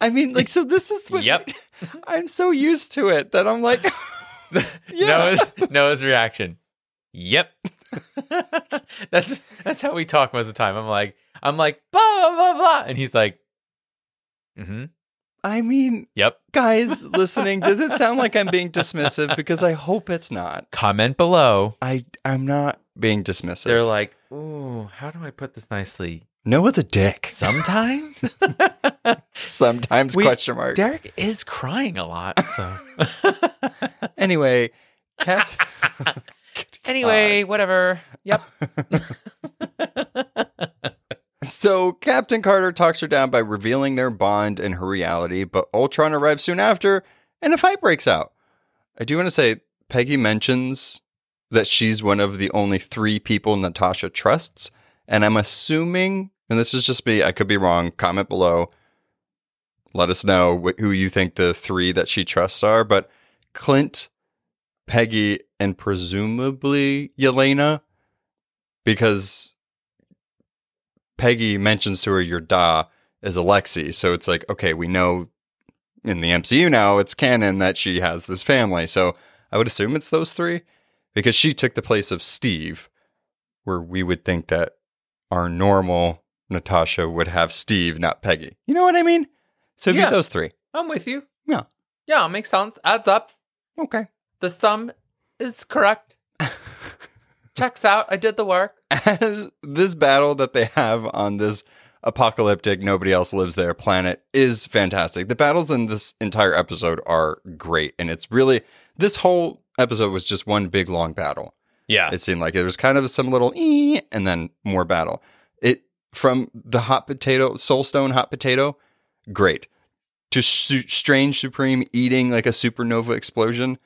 S1: I mean, like, so this is what.
S2: Yep.
S1: I'm so used to it that I'm like, yeah.
S2: Noah's, Noah's reaction. Yep. that's that's how we talk most of the time. I'm like, I'm like, blah blah blah blah. And he's like, mm-hmm.
S1: I mean,
S2: Yep.
S1: guys listening, does it sound like I'm being dismissive? Because I hope it's not.
S2: Comment below.
S1: I I'm not being dismissive.
S2: They're like, ooh, how do I put this nicely?
S1: Noah's a dick.
S2: Sometimes
S1: Sometimes
S2: We-
S1: question mark.
S2: Derek is crying a lot. So
S1: anyway, Cap-
S2: anyway, whatever. Yep.
S1: So Captain Carter talks her down by revealing their bond and her reality, but Ultron arrives soon after and a fight breaks out. I do want to say Peggy mentions that she's one of the only three people Natasha trusts, and I'm assuming, and this is just me, I could be wrong, comment below. Let us know wh- who you think the three that she trusts are. But Clint, Peggy, and presumably Yelena, because Peggy mentions to her your da is Alexi. So it's like, okay, we know in the MCU now it's canon that she has this family. So I would assume it's those three because she took the place of Steve, where we would think that our normal Natasha would have Steve, not Peggy. You know what I mean? So it'd
S2: Yeah.
S1: be those three.
S2: I'm with you.
S1: Yeah.
S2: Yeah, it makes sense. Adds up.
S1: Okay.
S2: The sum is correct. Checks out. I did the work.
S1: As this battle that they have on this apocalyptic, nobody else lives there planet is fantastic. The battles in this entire episode are great. And it's really, this whole episode was just one big long battle.
S2: Yeah.
S1: It seemed like it was kind of some little ee, and then more battle. It from the hot potato, soulstone hot potato, great. To su- strange supreme eating like a supernova explosion,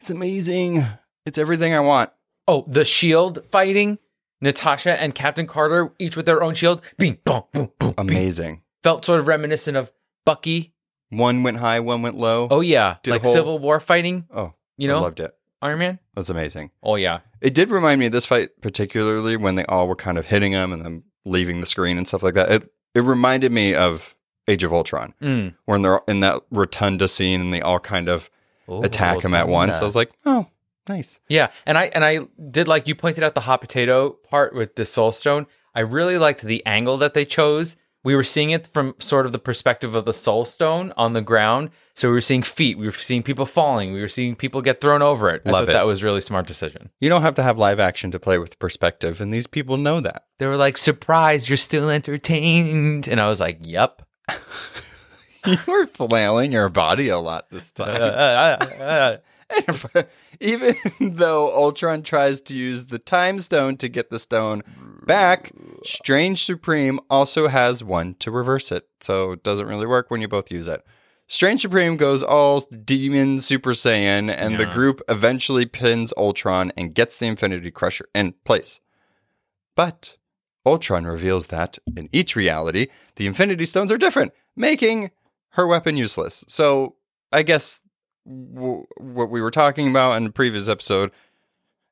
S1: it's amazing. It's everything I want.
S2: Oh, the shield fighting Natasha and Captain Carter, each with their own shield. Bing, bong, boom, boom.
S1: Um,
S2: bing.
S1: Amazing.
S2: Felt sort of reminiscent of Bucky.
S1: One went high, one went low.
S2: Oh, yeah.
S1: Did a
S2: like
S1: whole-
S2: Civil War fighting,
S1: Oh,
S2: you know?
S1: I loved it.
S2: Iron Man.
S1: That's amazing.
S2: Oh, yeah.
S1: It did remind me of this fight particularly when they all were kind of hitting him and then leaving the screen and stuff like that. It it reminded me of Age of Ultron
S2: Mm.
S1: when they're in that rotunda scene and they all kind of
S2: Oh,
S1: attack him at once. I was like, oh, nice.
S2: Yeah, and I and I did like you pointed out the hot potato part with the soul stone. I really liked the angle that they chose. We were seeing it from sort of the perspective of the soul stone on the ground. So we were seeing feet, we were seeing people falling, we were seeing people get thrown over it. I
S1: Love
S2: thought
S1: it.
S2: that was really smart decision.
S1: You don't have to have live action to play with perspective, and these people know that.
S2: They were like, "Surprise, you're still entertained." And I was like, "Yep."
S1: you were flailing your body a lot this time. Even though Ultron tries to use the time stone to get the stone back, Strange Supreme also has one to reverse it. So it doesn't really work when you both use it. Strange Supreme goes all demon Super Saiyan, and the
S2: Yeah.
S1: group eventually pins Ultron and gets the Infinity Crusher in place. But Ultron reveals that in each reality, the Infinity Stones are different, making her weapon useless. So I guess w- what we were talking about in the previous episode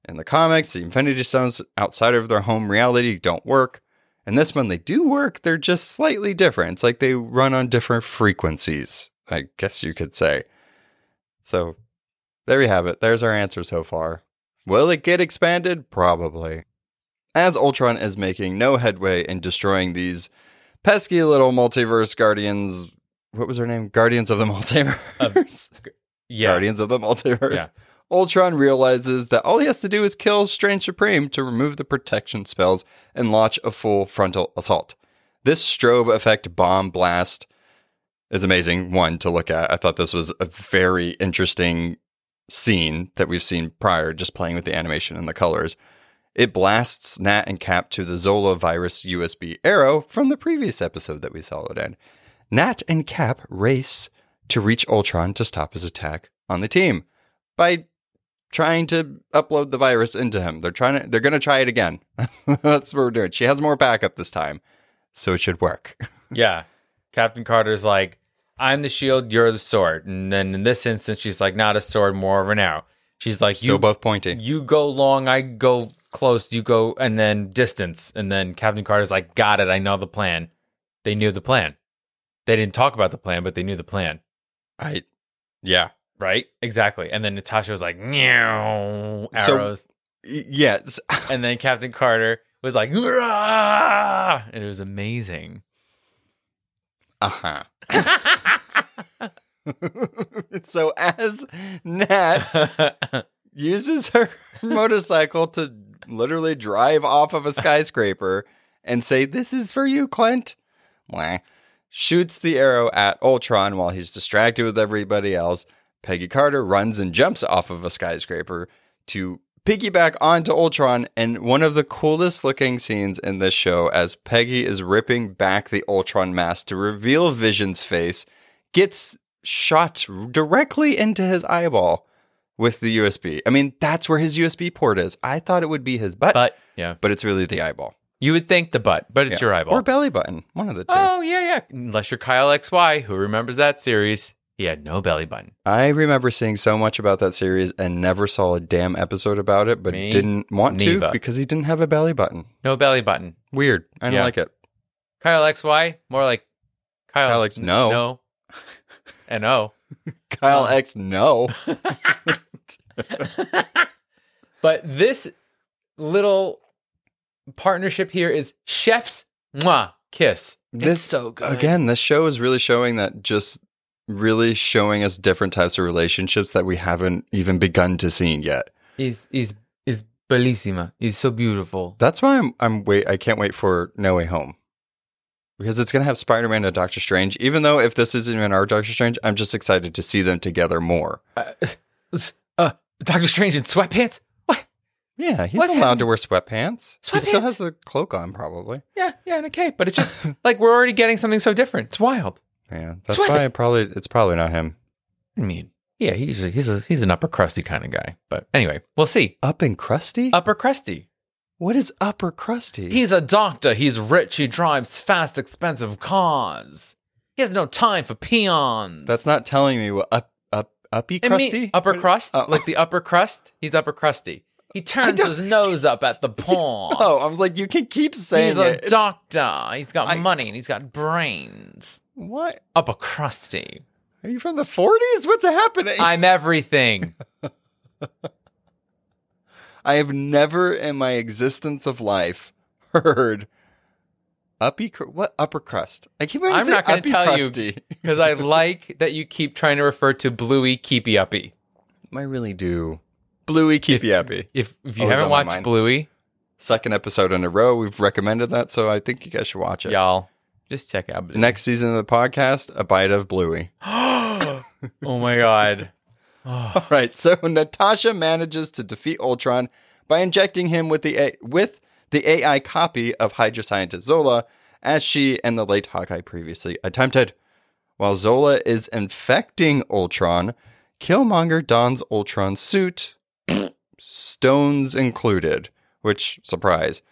S1: in the comics, the Infinity Stones outside of their home reality don't work. And this one, they do work. They're just slightly different. It's like they run on different frequencies, I guess you could say. So there you have it. There's our answer so far. Will it get expanded? Probably. As Ultron is making no headway in destroying these pesky little multiverse guardians. What was her name? Guardians of the Multiverse.
S2: yeah.
S1: Guardians of the Multiverse.
S2: Yeah.
S1: Ultron realizes that all he has to do is kill Strange Supreme to remove the protection spells and launch a full frontal assault. This strobe effect bomb blast is amazing, one to look at. I thought this was a very interesting scene that we've seen prior, just playing with the animation and the colors. It blasts Nat and Cap to the Zola virus USB arrow from the previous episode that we saw it in. Nat and Cap race to reach Ultron to stop his attack on the team by trying to upload the virus into him. They're trying to they're going to try it again. That's what we're doing. She has more backup this time, so it should work.
S2: Yeah. Captain Carter's like, I'm the shield, you're the sword. And then in this instance, she's like, not a sword, more of an arrow. She's like,
S1: Still
S2: you,
S1: both pointing.
S2: you go long, I go close, you go, and then distance. And then Captain Carter's like, got it, I know the plan. They knew the plan. They didn't talk about the plan, but they knew the plan,
S1: I yeah.
S2: right? Exactly. And then Natasha was like, meow,
S1: So-
S2: arrows.
S1: Y- Yes.
S2: and then Captain Carter was like, "Rah!" and it was amazing.
S1: Uh-huh. so as Nat uses her motorcycle to literally drive off of a skyscraper and say, This is for you, Clint. Mwah. Shoots the arrow at Ultron while he's distracted with everybody else. Peggy Carter runs and jumps off of a skyscraper to piggyback onto Ultron. And one of the coolest looking scenes in this show as Peggy is ripping back the Ultron mask to reveal Vision's face, gets shot directly into his eyeball with the USB. I mean, that's where his USB port is. I thought it would be his butt,
S2: but yeah,
S1: but it's really the eyeball.
S2: You would think the butt, but it's
S1: Yeah.
S2: your eyeball.
S1: Or belly button. One of the two.
S2: oh, yeah, yeah. Unless you're Kyle XY, who remembers that series. He had no belly button.
S1: I remember seeing so much about that series and never saw a damn episode about it, but
S2: Me
S1: didn't want
S2: neither.
S1: to because he didn't have a belly button.
S2: No belly button.
S1: Weird. I don't
S2: Yeah.
S1: like it.
S2: Kyle XY, more like Kyle.
S1: Kyle X,
S2: N-
S1: no.
S2: No. And O.
S1: Kyle X, no.
S2: But this little partnership here is chef's mwah kiss.
S1: This-
S2: so
S1: Again, this show is really showing that just really showing us different types of relationships that we haven't even begun to seeing yet.
S2: He's he's he's bellissima. He's so beautiful.
S1: That's why I'm I'm wait I can't wait for No Way Home. Because it's gonna have Spider Man and Doctor Strange, even though if this isn't even our Doctor Strange, I'm just excited to see them together more.
S2: Uh, uh, Doctor Strange in sweatpants. What?
S1: Yeah, he's
S2: What's
S1: allowed to wear sweatpants. He still
S2: Sweatpants?
S1: has the cloak on, probably.
S2: Yeah, yeah, and a cape. But it's just like we're already getting something so different. It's wild.
S1: Yeah, that's
S2: Sweat-
S1: why I probably it's probably not him.
S2: I mean, yeah, he's a, he's a, he's an upper crusty kind of guy. But anyway, we'll see.
S1: Up and crusty.
S2: Upper crusty.
S1: What is upper crusty?
S2: He's a doctor. He's rich. He drives fast, expensive cars. He has no time for peons.
S1: that's not telling me what up up uppy
S2: And me-
S1: crusty
S2: upper crust,
S1: Oh.
S2: like the upper crust. He's upper crusty. He turns
S1: don't-
S2: his nose up at the pawn.
S1: Oh, I'm like you can keep saying
S2: he's a
S1: it.
S2: doctor. He's got
S1: I-
S2: money and he's got brains.
S1: what?
S2: Upper crusty.
S1: Are you from the 40s? What's happening? I,
S2: I'm everything.
S1: have never in my existence of life heard uppy cr- what upper crust. I keep wanting to
S2: I'm
S1: say
S2: not gonna
S1: uppy
S2: tell you.
S1: crusty.
S2: Because I like that you keep trying to refer to Bluey Keepy Uppy.
S1: I really do. Bluey keepy uppy.
S2: If, if you
S1: Always
S2: haven't
S1: on my
S2: watched
S1: mind.
S2: Bluey,
S1: Second episode in a row we've recommended that, so I think you guys should watch it.
S2: y'all just check out Bluey.
S1: Next season of the podcast, a bite of Bluey.
S2: oh my god. Oh,
S1: All right. So Natasha manages to defeat Ultron by injecting him with the A- with the AI copy of Hydra scientist Zola, as she and the late Hawkeye previously attempted. While Zola is infecting Ultron, Killmonger dons Ultron's suit, stones included. Which surprise.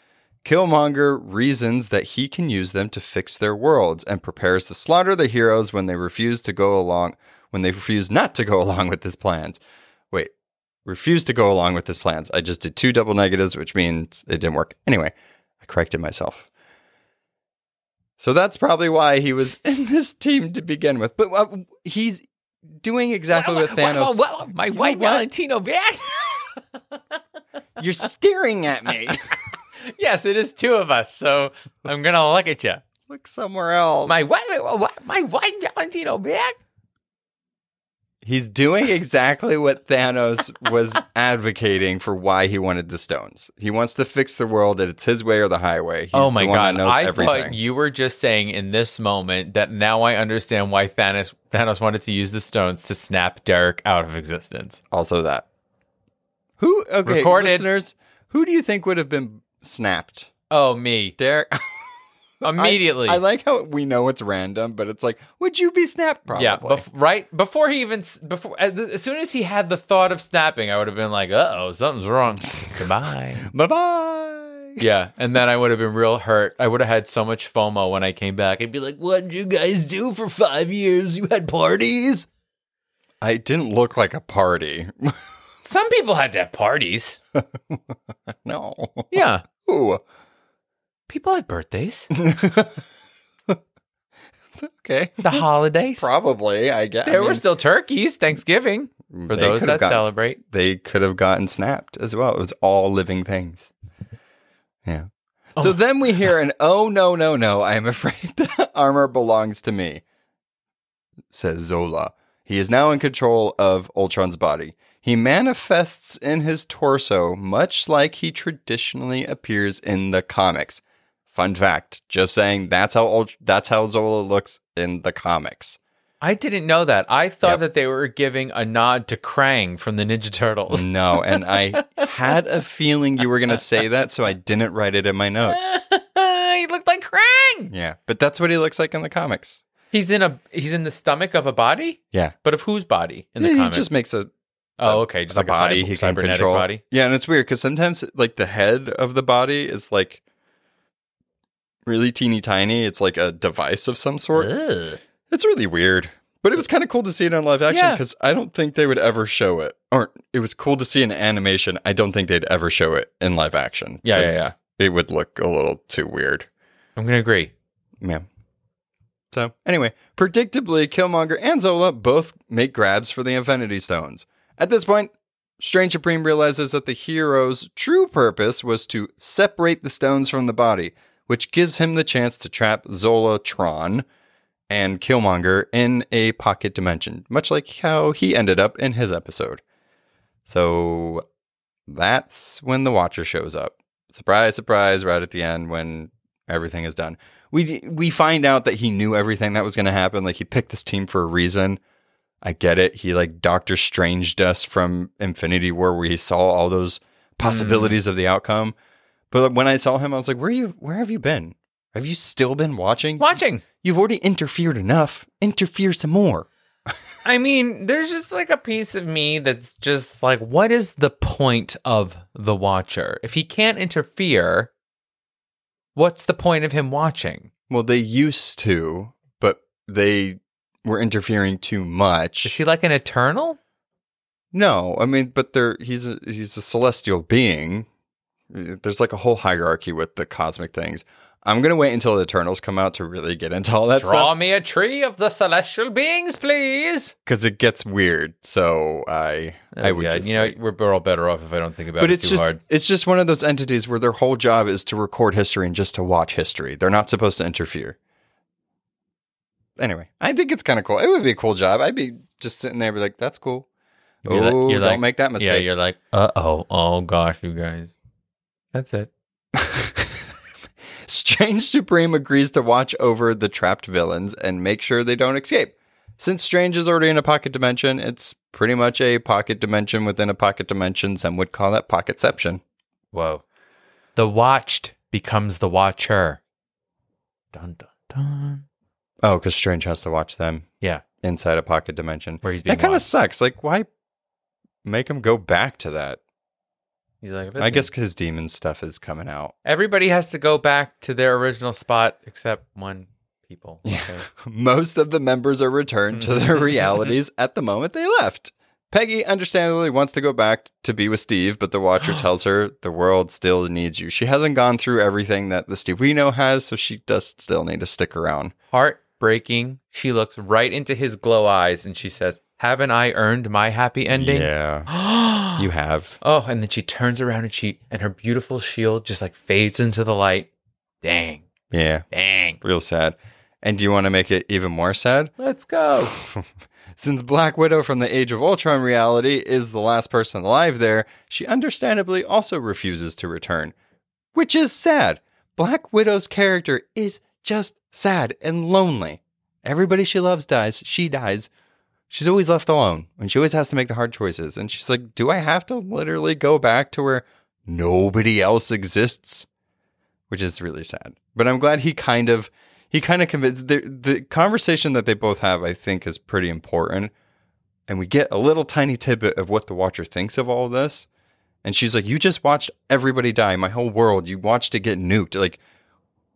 S1: Killmonger reasons that he can use them to fix their worlds and prepares to slaughter the heroes when they refuse to go along when they refuse not to go along with his plans. Wait, refuse to go along with his plans. I just did two double negatives, which means it didn't work. Anyway, I corrected myself. So that's probably why he was in this team to begin with. But uh, he's doing exactly what Thanos.
S2: Wow, wow, wow, my white
S1: what?
S2: Valentino bag.
S1: You're staring at me.
S2: yes, it is two of us, so I'm gonna look at you.
S1: Look somewhere else.
S2: My white, my white- my white Valentino bag.
S1: He's doing exactly what Thanos was advocating for why he wanted the stones. He wants to fix the world that it's his way or the highway. He's
S2: oh my
S1: the one
S2: god!
S1: that knows
S2: I
S1: everything.
S2: thought you were just saying in this moment that now I understand why Thanos Thanos wanted to use the stones to snap Derek out of existence.
S1: also that. Who okay,
S2: Recorded.
S1: listeners, who do you think would have been snapped?
S2: Oh me!
S1: Derek
S2: Immediately.
S1: I, I like how we know it's random, but it's like, would you be snapped probably?
S2: Yeah, bef- right before he even s- before as, as soon as he had the thought of snapping, I would have been like, "Uh oh, something's wrong." Goodbye.
S1: Bye-bye.
S2: Yeah, and then I would have been real hurt. I would have had so much FOMO when I came back. I'd be like, "What did you guys do for five years? You had parties.
S1: I didn't look like a party.
S2: Some people had to have parties.
S1: no.
S2: Yeah,
S1: Ooh.
S2: people had birthdays,
S1: okay.
S2: the holidays.
S1: Probably, I guess. I
S2: there were
S1: mean,
S2: still turkeys, Thanksgiving for
S1: they
S2: those
S1: could have
S2: that
S1: gotten-
S2: celebrate.
S1: they could have gotten snapped as well. It was all living things. Yeah. So
S2: Oh.
S1: then we hear an oh no no no, I am afraid the armor belongs to me. Says Zola. He is now in control of Ultron's body. He manifests in his torso much like he traditionally appears in the comics. Fun fact, just saying that's how Ult- that's how Zola looks in the comics.
S2: I didn't know that. I thought
S1: Yep.
S2: that they were giving a nod to Krang from the Ninja Turtles.
S1: No, and I had a feeling you were going to say that, so I didn't write it in my notes.
S2: he looked like Krang.
S1: Yeah, but that's what he looks like in the comics.
S2: He's in a he's in the stomach of a body,
S1: Yeah,
S2: but of whose body? In the
S1: he
S2: comics?
S1: just makes a,
S2: oh, okay, just
S1: a
S2: like
S1: body
S2: cyber-
S1: he can
S2: cybernetic
S1: control.
S2: body.
S1: Yeah, and it's weird because sometimes like the head of the body is like really teeny tiny. It's like a device of some sort.
S2: Ugh.
S1: It's really weird. But it was kind of cool to see it on live action
S2: Yeah.
S1: because I don't think they would ever show it. Or it was cool to see an animation. I don't think they'd ever show it in live action.
S2: Yeah, yeah,
S1: 'cause
S2: yeah.
S1: It would look a little too weird.
S2: I'm gonna agree.
S1: Yeah. So anyway, predictably, Killmonger and Zola both make grabs for the Infinity Stones. At this point, Strange Supreme realizes that the hero's true purpose was to separate the stones from the body, which gives him the chance to trap Zola Tron and Killmonger in a pocket dimension, much like how he ended up in his episode. So that's when the Watcher shows up. Surprise, surprise, right at the end when everything is done. We we find out that he knew everything that was going to happen. Like he picked this team for a reason. I get it. He like Doctor Stranged us from Infinity War, where he saw all those possibilities of the outcome. But when I saw him, I was like, "Where you? Where have you been? Have you still been watching?
S2: Watching.
S1: You've already interfered enough. Interfere some more."
S2: I mean, there's just like a piece of me that's just like, what is the point of the watcher? If he can't interfere, what's the point of him watching?
S1: Well, they used to, but they were interfering too much.
S2: Is he like an eternal?
S1: No, I mean, but there he's a, he's a celestial being. There's like a whole hierarchy with the cosmic things. I'm gonna wait until the Eternals come out to really get into all that
S2: Draw
S1: stuff
S2: me a tree of the celestial beings, please. Oh,
S1: because it gets weird. So I I would
S2: yeah,
S1: just
S2: you know,
S1: wait.
S2: we're, we're all better off if I don't think about
S1: But
S2: it
S1: it's
S2: too
S1: just
S2: hard.
S1: it's just one of those entities where their whole job is to record history and just to watch history. They're not supposed to interfere. Anyway, I think it's kind of cool. It would be a cool job. I'd be just sitting there, and be like, "That's cool."
S2: You're like-
S1: oh,
S2: you're
S1: don't
S2: like-
S1: make that
S2: Yeah,
S1: mistake.
S2: you're like, uh oh, oh gosh, you guys. That's it.
S1: Strange Supreme agrees to watch over the trapped villains and make sure they don't escape. Since Strange is already in a pocket dimension, it's pretty much a pocket dimension within a pocket dimension. Some would call that pocketception.
S2: Whoa. The watched becomes the watcher. Dun dun dun.
S1: Oh, because Strange has to watch them
S2: Yeah,
S1: inside a pocket dimension.
S2: where he's being
S1: That kind of
S2: watched.
S1: sucks. Like, why make him go back to that?
S2: He's like,
S1: I
S2: "Listen,
S1: guess because demon stuff is coming out.
S2: everybody has to go back to their original spot except one people. Okay.
S1: Most of the members are returned to their realities at the moment they left. Peggy understandably wants to go back to be with Steve, but the Watcher tells her the world still needs you. She hasn't gone through everything that the Steve we know has, so she does still need to stick around.
S2: Heartbreaking. She looks right into his glow eyes and she says, "Haven't I earned my happy ending?"
S1: Yeah. You have.
S2: Oh, and then she turns around and she and her beautiful shield just like fades into the light. Dang,
S1: Yeah.
S2: dang.
S1: Real sad. And do you want to make it even more sad?
S2: Let's go.
S1: Since Black Widow from the Age of Ultron reality is the last person alive there, she understandably also refuses to return, which is sad. Black Widow's character is just sad and lonely. Everybody she loves dies. She dies. She's always left alone and she always has to make the hard choices. And she's like, Do I have to literally go back to where nobody else exists? Which is really sad. But I'm glad he kind of he kind of convinced the the conversation that they both have i think is pretty important and we get a little tiny tidbit of what the watcher thinks of all of this and she's like you just watched everybody die my whole world you watched it get nuked like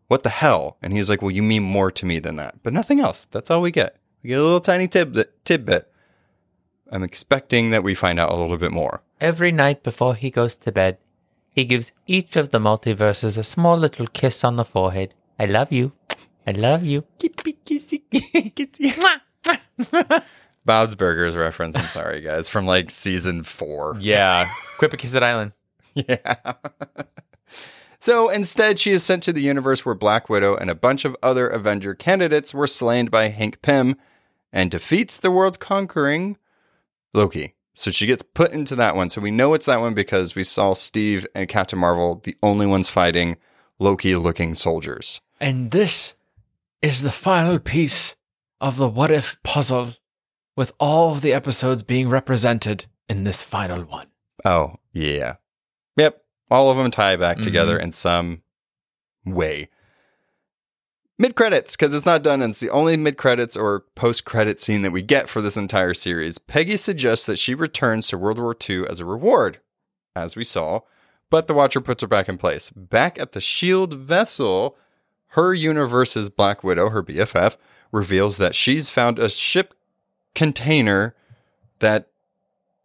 S1: what the hell and he's like well you mean more to me than that but nothing else that's all we get we get a little tiny tidbit tidbit i'm expecting that we find out a little bit more
S2: Every night before he goes to bed, he gives each of the multiverses a small little kiss on the forehead. I love you. I love you.
S1: bob's burgers reference i'm sorry guys from like season four
S2: yeah. Quippakisset Island.
S1: Yeah. so instead, she is sent to the universe where Black Widow and a bunch of other Avenger candidates were slain by Hank Pym and defeats the world conquering Loki. So she gets put into that one. So we know it's that one because we saw Steve and Captain Marvel, the only ones fighting Loki looking soldiers.
S3: And this is the final piece of the what if puzzle, with all of the episodes being represented in this final one.
S1: Oh, yeah. Yep. All of them tie back together in some way. Mid credits, because it's not done. And it's the only mid credits or post credit scene that we get for this entire series. Peggy suggests that she returns to World War II as a reward, as we saw, but the Watcher puts her back in place. Back at the S.H.I.E.L.D. E vessel, her universe's Black Widow, her BFF, reveals that she's found a ship container that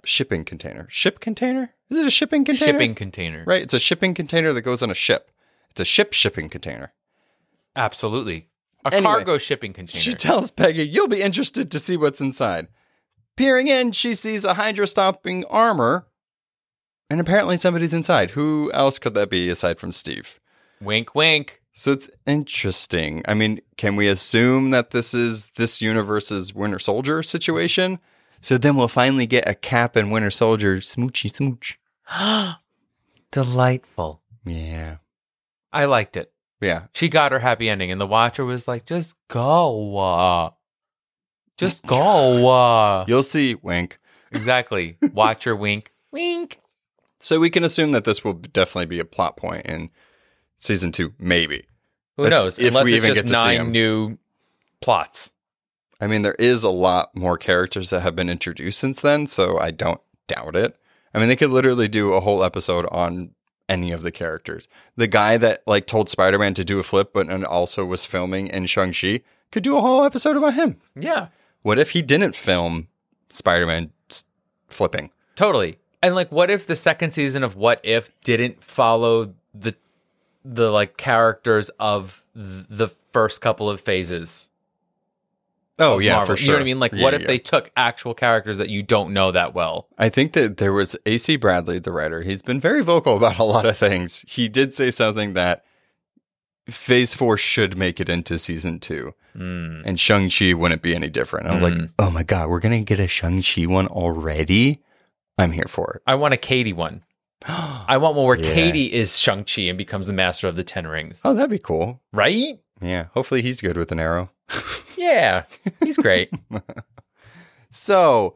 S1: shipping container. Ship container? Is it a shipping container?
S3: Shipping container.
S1: Right, it's a shipping container that goes on a ship. It's a ship shipping container.
S3: Absolutely. A
S1: Anyway.
S3: cargo shipping container.
S1: She tells Peggy, You'll be interested to see what's inside. Peering in, she sees a Hydra stopping armor, and apparently somebody's inside. Who else could that be aside from Steve?
S3: wink, wink.
S1: So it's interesting. I mean, can we assume that this is this universe's Winter Soldier situation? So then we'll finally get a Cap and Winter Soldier smoochy smooch.
S3: Delightful.
S1: Yeah.
S3: I liked it.
S1: Yeah.
S3: She got her happy ending, and the Watcher was like, just go. uh. Just go. uh."
S1: You'll see, wink.
S3: exactly. Watcher wink. Wink.
S1: So we can assume that this will definitely be a plot point in season two, maybe.
S3: Who
S1: That's
S3: knows?
S1: if
S3: Unless
S1: we
S3: it's
S1: even get
S3: just
S1: to see
S3: nine
S1: 'em.
S3: new plots.
S1: I mean, there is a lot more characters that have been introduced since then, so I don't doubt it. I mean, they could literally do a whole episode on any of the characters. The guy that like told Spider-Man to do a flip, but and also was filming in Shang-Chi, could do a whole episode about him.
S3: Yeah.
S1: What if he didn't film Spider-Man s- flipping?
S3: Totally. And like what if the second season of What If didn't follow the the like characters of th- the first couple of phases?
S1: Oh
S3: of
S1: yeah,
S3: Marvel?
S1: for sure.
S3: You know what I mean? Like what
S1: Yeah,
S3: if
S1: yeah.
S3: they took actual characters that you don't know that well?
S1: I think that there was AC Bradley, the writer. He's been very vocal about a lot of things. He did say something that Phase Four should make it into season two,
S3: Mm.
S1: and Shang Chi wouldn't be any different. I was like,
S3: Mhm.
S1: oh my god, we're gonna get a Shang Chi one already. I'm here for
S3: I want a Katie one.
S1: it. oh,
S3: I want one where
S1: Yeah.
S3: Katie is Shang-Chi and becomes the master of the Ten Rings.
S1: Oh, that'd be cool.
S3: Right?
S1: Yeah, hopefully he's good with an arrow.
S3: Yeah. He's great.
S1: So,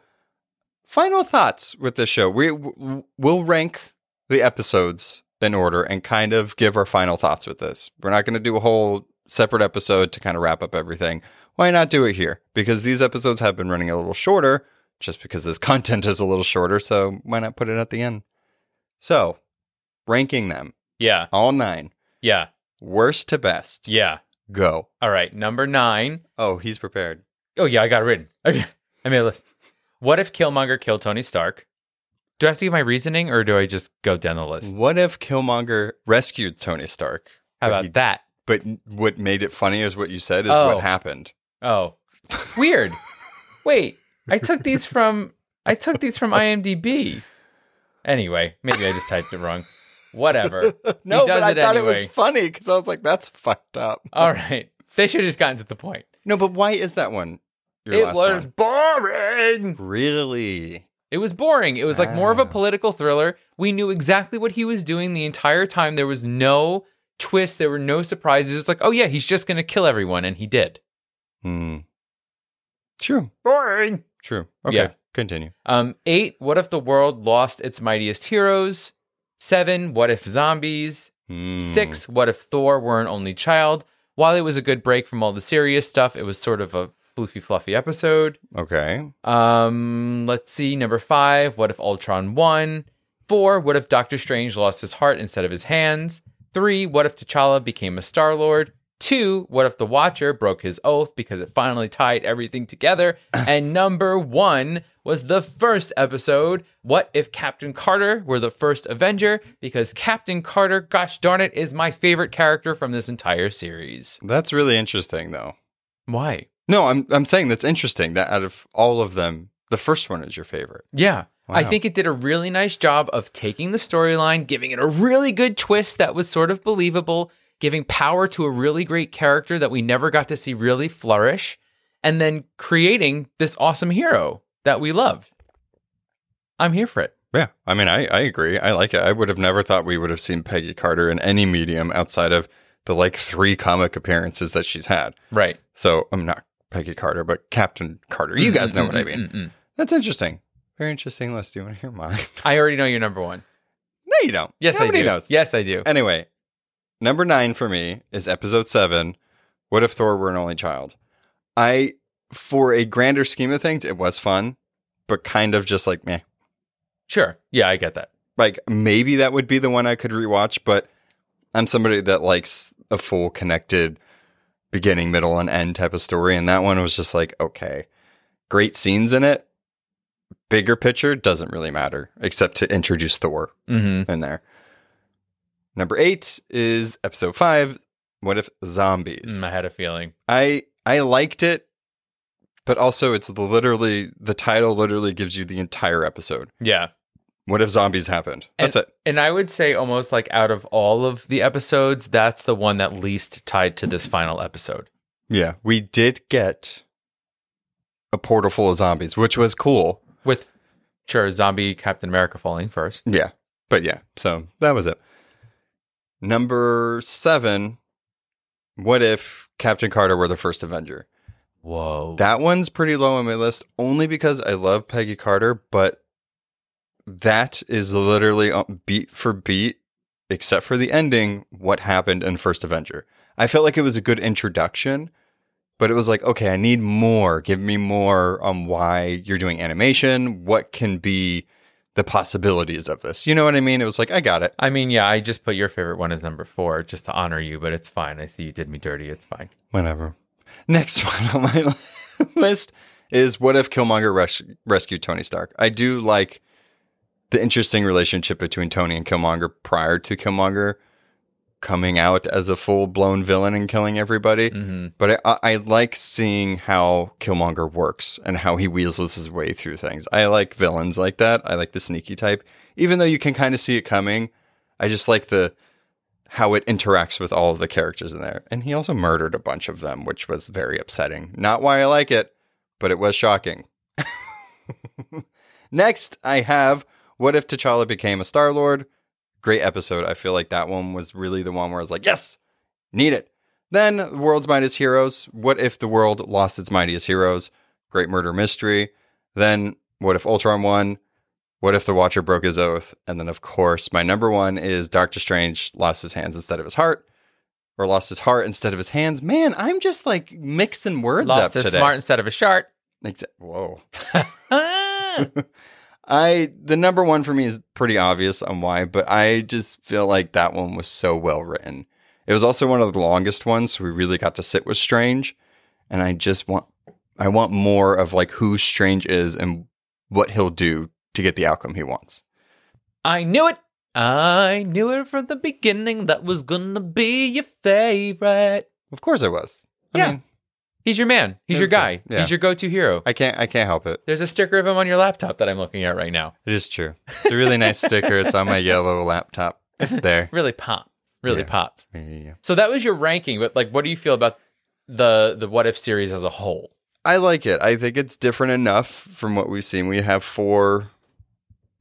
S1: final thoughts with this show. We w- we'll rank the episodes in order and kind of give our final thoughts with this. We're not going to do a whole separate episode to kind of wrap up everything. Why not do it here? Because these episodes have been running a little shorter, just because this content is a little shorter. So why not put it at the end? So, ranking them
S3: yeah.
S1: all nine,
S3: Yeah.
S1: worst to best.
S3: Yeah.
S1: Go.
S3: All right. Number 9
S1: Oh, he's prepared.
S3: Oh yeah, I got it written. Okay. I made a list. What if Killmonger killed Tony Stark? Do I have to give my reasoning or do I just go down the list?
S1: What if Killmonger rescued Tony Stark?
S3: How
S1: But
S3: about
S1: he
S3: that?
S1: But n- what made it funny is what you said is
S3: Oh.
S1: what happened.
S3: Oh. Weird. Wait. I took these from I took these from IMDb. Anyway, maybe I just typed it wrong. Whatever.
S1: no,
S3: does
S1: but I
S3: it
S1: thought it was
S3: anyway.
S1: funny because I was like, that's fucked up.
S3: All right. They should have just gotten to the point.
S1: No, but why is that one? Your
S3: it
S1: last
S3: was
S1: one?
S3: boring.
S1: really.
S3: It was boring. It was like more of
S1: Ah.
S3: a political thriller. We knew exactly what he was doing the entire time. There was no twist. There were no surprises. It was like, oh yeah, he's just gonna kill everyone, and he did.
S1: Hmm. True.
S3: Boring.
S1: True. Okay.
S3: Yeah.
S1: Continue.
S3: Um, eight. What if the world lost its mightiest heroes? Seven. What if zombies?
S1: Hmm.
S3: Six. What if Thor were an only child? While it was a good break from all the serious stuff, it was sort of a floofy, fluffy episode.
S1: Okay.
S3: Um, let's see. Number five, what if Ultron won? Four, what if Doctor Strange lost his heart instead of his hands? Three, what if T'Challa became a Star Lord? Two, what if the Watcher broke his oath because it finally tied everything together? And number one was the first episode. What if Captain Carter were the first Avenger? Because Captain Carter, gosh darn it, is my favorite character from this entire series.
S1: That's really interesting, though.
S3: Why?
S1: No, I'm I'm saying that's interesting. That out of all of them, the first one is your favorite.
S3: Yeah. I
S1: Wow.
S3: think it did a really nice job of taking the storyline, giving it a really good twist that was sort of believable, giving power to a really great character that we never got to see really flourish, and then creating this awesome hero that we love. I'm here for it.
S1: Yeah, I mean, I, I agree. I like it. I would have never thought we would have seen Peggy Carter in any medium outside of the like three comic appearances that she's had.
S3: Right.
S1: So I'm not Peggy Carter, but Captain Carter.
S3: Mm-hmm,
S1: You guys know what I mean. That's interesting. Very interesting list. Do you want to hear mine?
S3: I already know you're number one.
S1: No, you don't.
S3: Yes,
S1: Nobody
S3: I do.
S1: knows.
S3: Yes, I do.
S1: Anyway, number nine for me is episode seven. What if Thor were an only child? I, for a grander scheme of things, it was fun, but kind of just like meh.
S3: Sure. Yeah, I get that.
S1: like maybe that would be the one I could rewatch, but I'm somebody that likes a full connected beginning, middle, and end type of story. And that one was just like, okay, great scenes in it. Bigger picture doesn't really matter, except to introduce Thor
S3: Mm-hmm.
S1: in there. Number eight is episode five. What if zombies?
S3: Mm-hmm. I had a feeling.
S1: I I liked it, but also it's the literally the title literally gives you the entire episode.
S3: Yeah.
S1: What if zombies happened? That's it.
S3: And I would say almost like out of all of the episodes, that's the one that least tied to this final episode.
S1: Yeah, we did get a portal full of zombies, which was cool.
S3: With sure, zombie Captain America falling first.
S1: Yeah, but yeah, so that was it. Number seven. What if Captain Carter were the first Avenger?
S3: Whoa.
S1: That one's pretty low on my list only because I love Peggy Carter, but that is literally uh, beat for beat, except for the ending, what happened in First Avenger. I felt like it was a good introduction, but it was like, okay, I need more. Give me more on why you're doing animation. What can be the possibilities of this? You know what I mean? It was like, I got it.
S3: I mean, yeah, I just put your favorite one as number four just to honor you, but it's fine. I see you did me dirty. It's fine.
S1: Whatever. Next one on my list is what if Killmonger res- rescued Tony Stark? I do like the interesting relationship between Tony and Killmonger prior to Killmonger coming out as a full blown villain and killing everybody.
S3: Mm-hmm.
S1: But I, I like seeing how Killmonger works and how he weasels his way through things. I like villains like that. I like the sneaky type, even though you can kind of see it coming. I just like the how it interacts with all of the characters in there. And he also murdered a bunch of them, which was very upsetting. Not why I like it, but it was shocking. Next, I have what if T'Challa became a Star Lord? Great episode. I feel like that one was really the one where I was like, yes, need it. Then World's Mightiest Heroes. What if the world lost its mightiest heroes? Great murder mystery. Then what if Ultron won? What if the Watcher broke his oath? And then of course, my number one is Doctor Strange lost his hands instead of his heart. Or lost his heart instead of his hands. Man, I'm just like mixing words up
S3: Lost a
S1: today.
S3: smart instead of a shark.
S1: Exa- Whoa.
S3: Ah!
S1: I the number one for me is pretty obvious on why, but I just feel like that one was so well written. It was also one of the longest ones, so we really got to sit with Strange, and I just want I want more of like who Strange is and what he'll do to get the outcome he wants.
S3: I knew it. I knew it from the beginning that was gonna be your favorite.
S1: Of course, I was. I
S3: Yeah.
S1: mean,
S3: He's your man. He's
S1: It
S3: your
S1: was good.
S3: guy.
S1: Yeah.
S3: He's your go-to hero.
S1: I can't I can't help it.
S3: There's a sticker of him on your laptop that I'm looking at right now.
S1: It is true. It's a really nice sticker. It's on my yellow laptop. It's there.
S3: Really pops. Really
S1: Yeah.
S3: pops.
S1: Yeah.
S3: So that was your ranking, but like what do you feel about the the what if series as a whole?
S1: I like it. I think it's different enough from what we've seen. We have four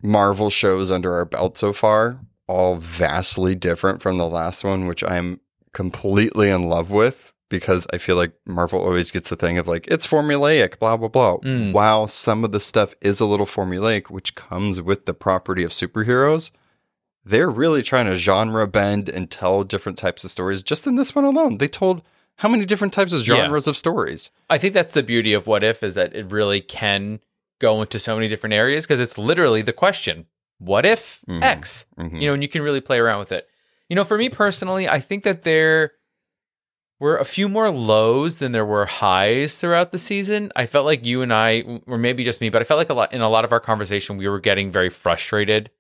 S1: Marvel shows under our belt so far, all vastly different from the last one, which I'm completely in love with because I feel like Marvel always gets the thing of like, it's formulaic, blah, blah, blah.
S3: Mm.
S1: While some of the stuff is a little formulaic, which comes with the property of superheroes, they're really trying to genre bend and tell different types of stories. Just in this one alone, they told how many different types of
S3: Yeah.
S1: genres of stories?
S3: I think that's the beauty of what if is that it really can go into so many different areas because it's literally the question, what if
S1: Mhm.
S3: X? you know, and you can really play around with it. You know, for me personally, I think that there were a few more lows than there were highs throughout the season. I felt like you and I, or maybe just me, but I felt like a lot in a lot of our conversation, we were getting very frustrated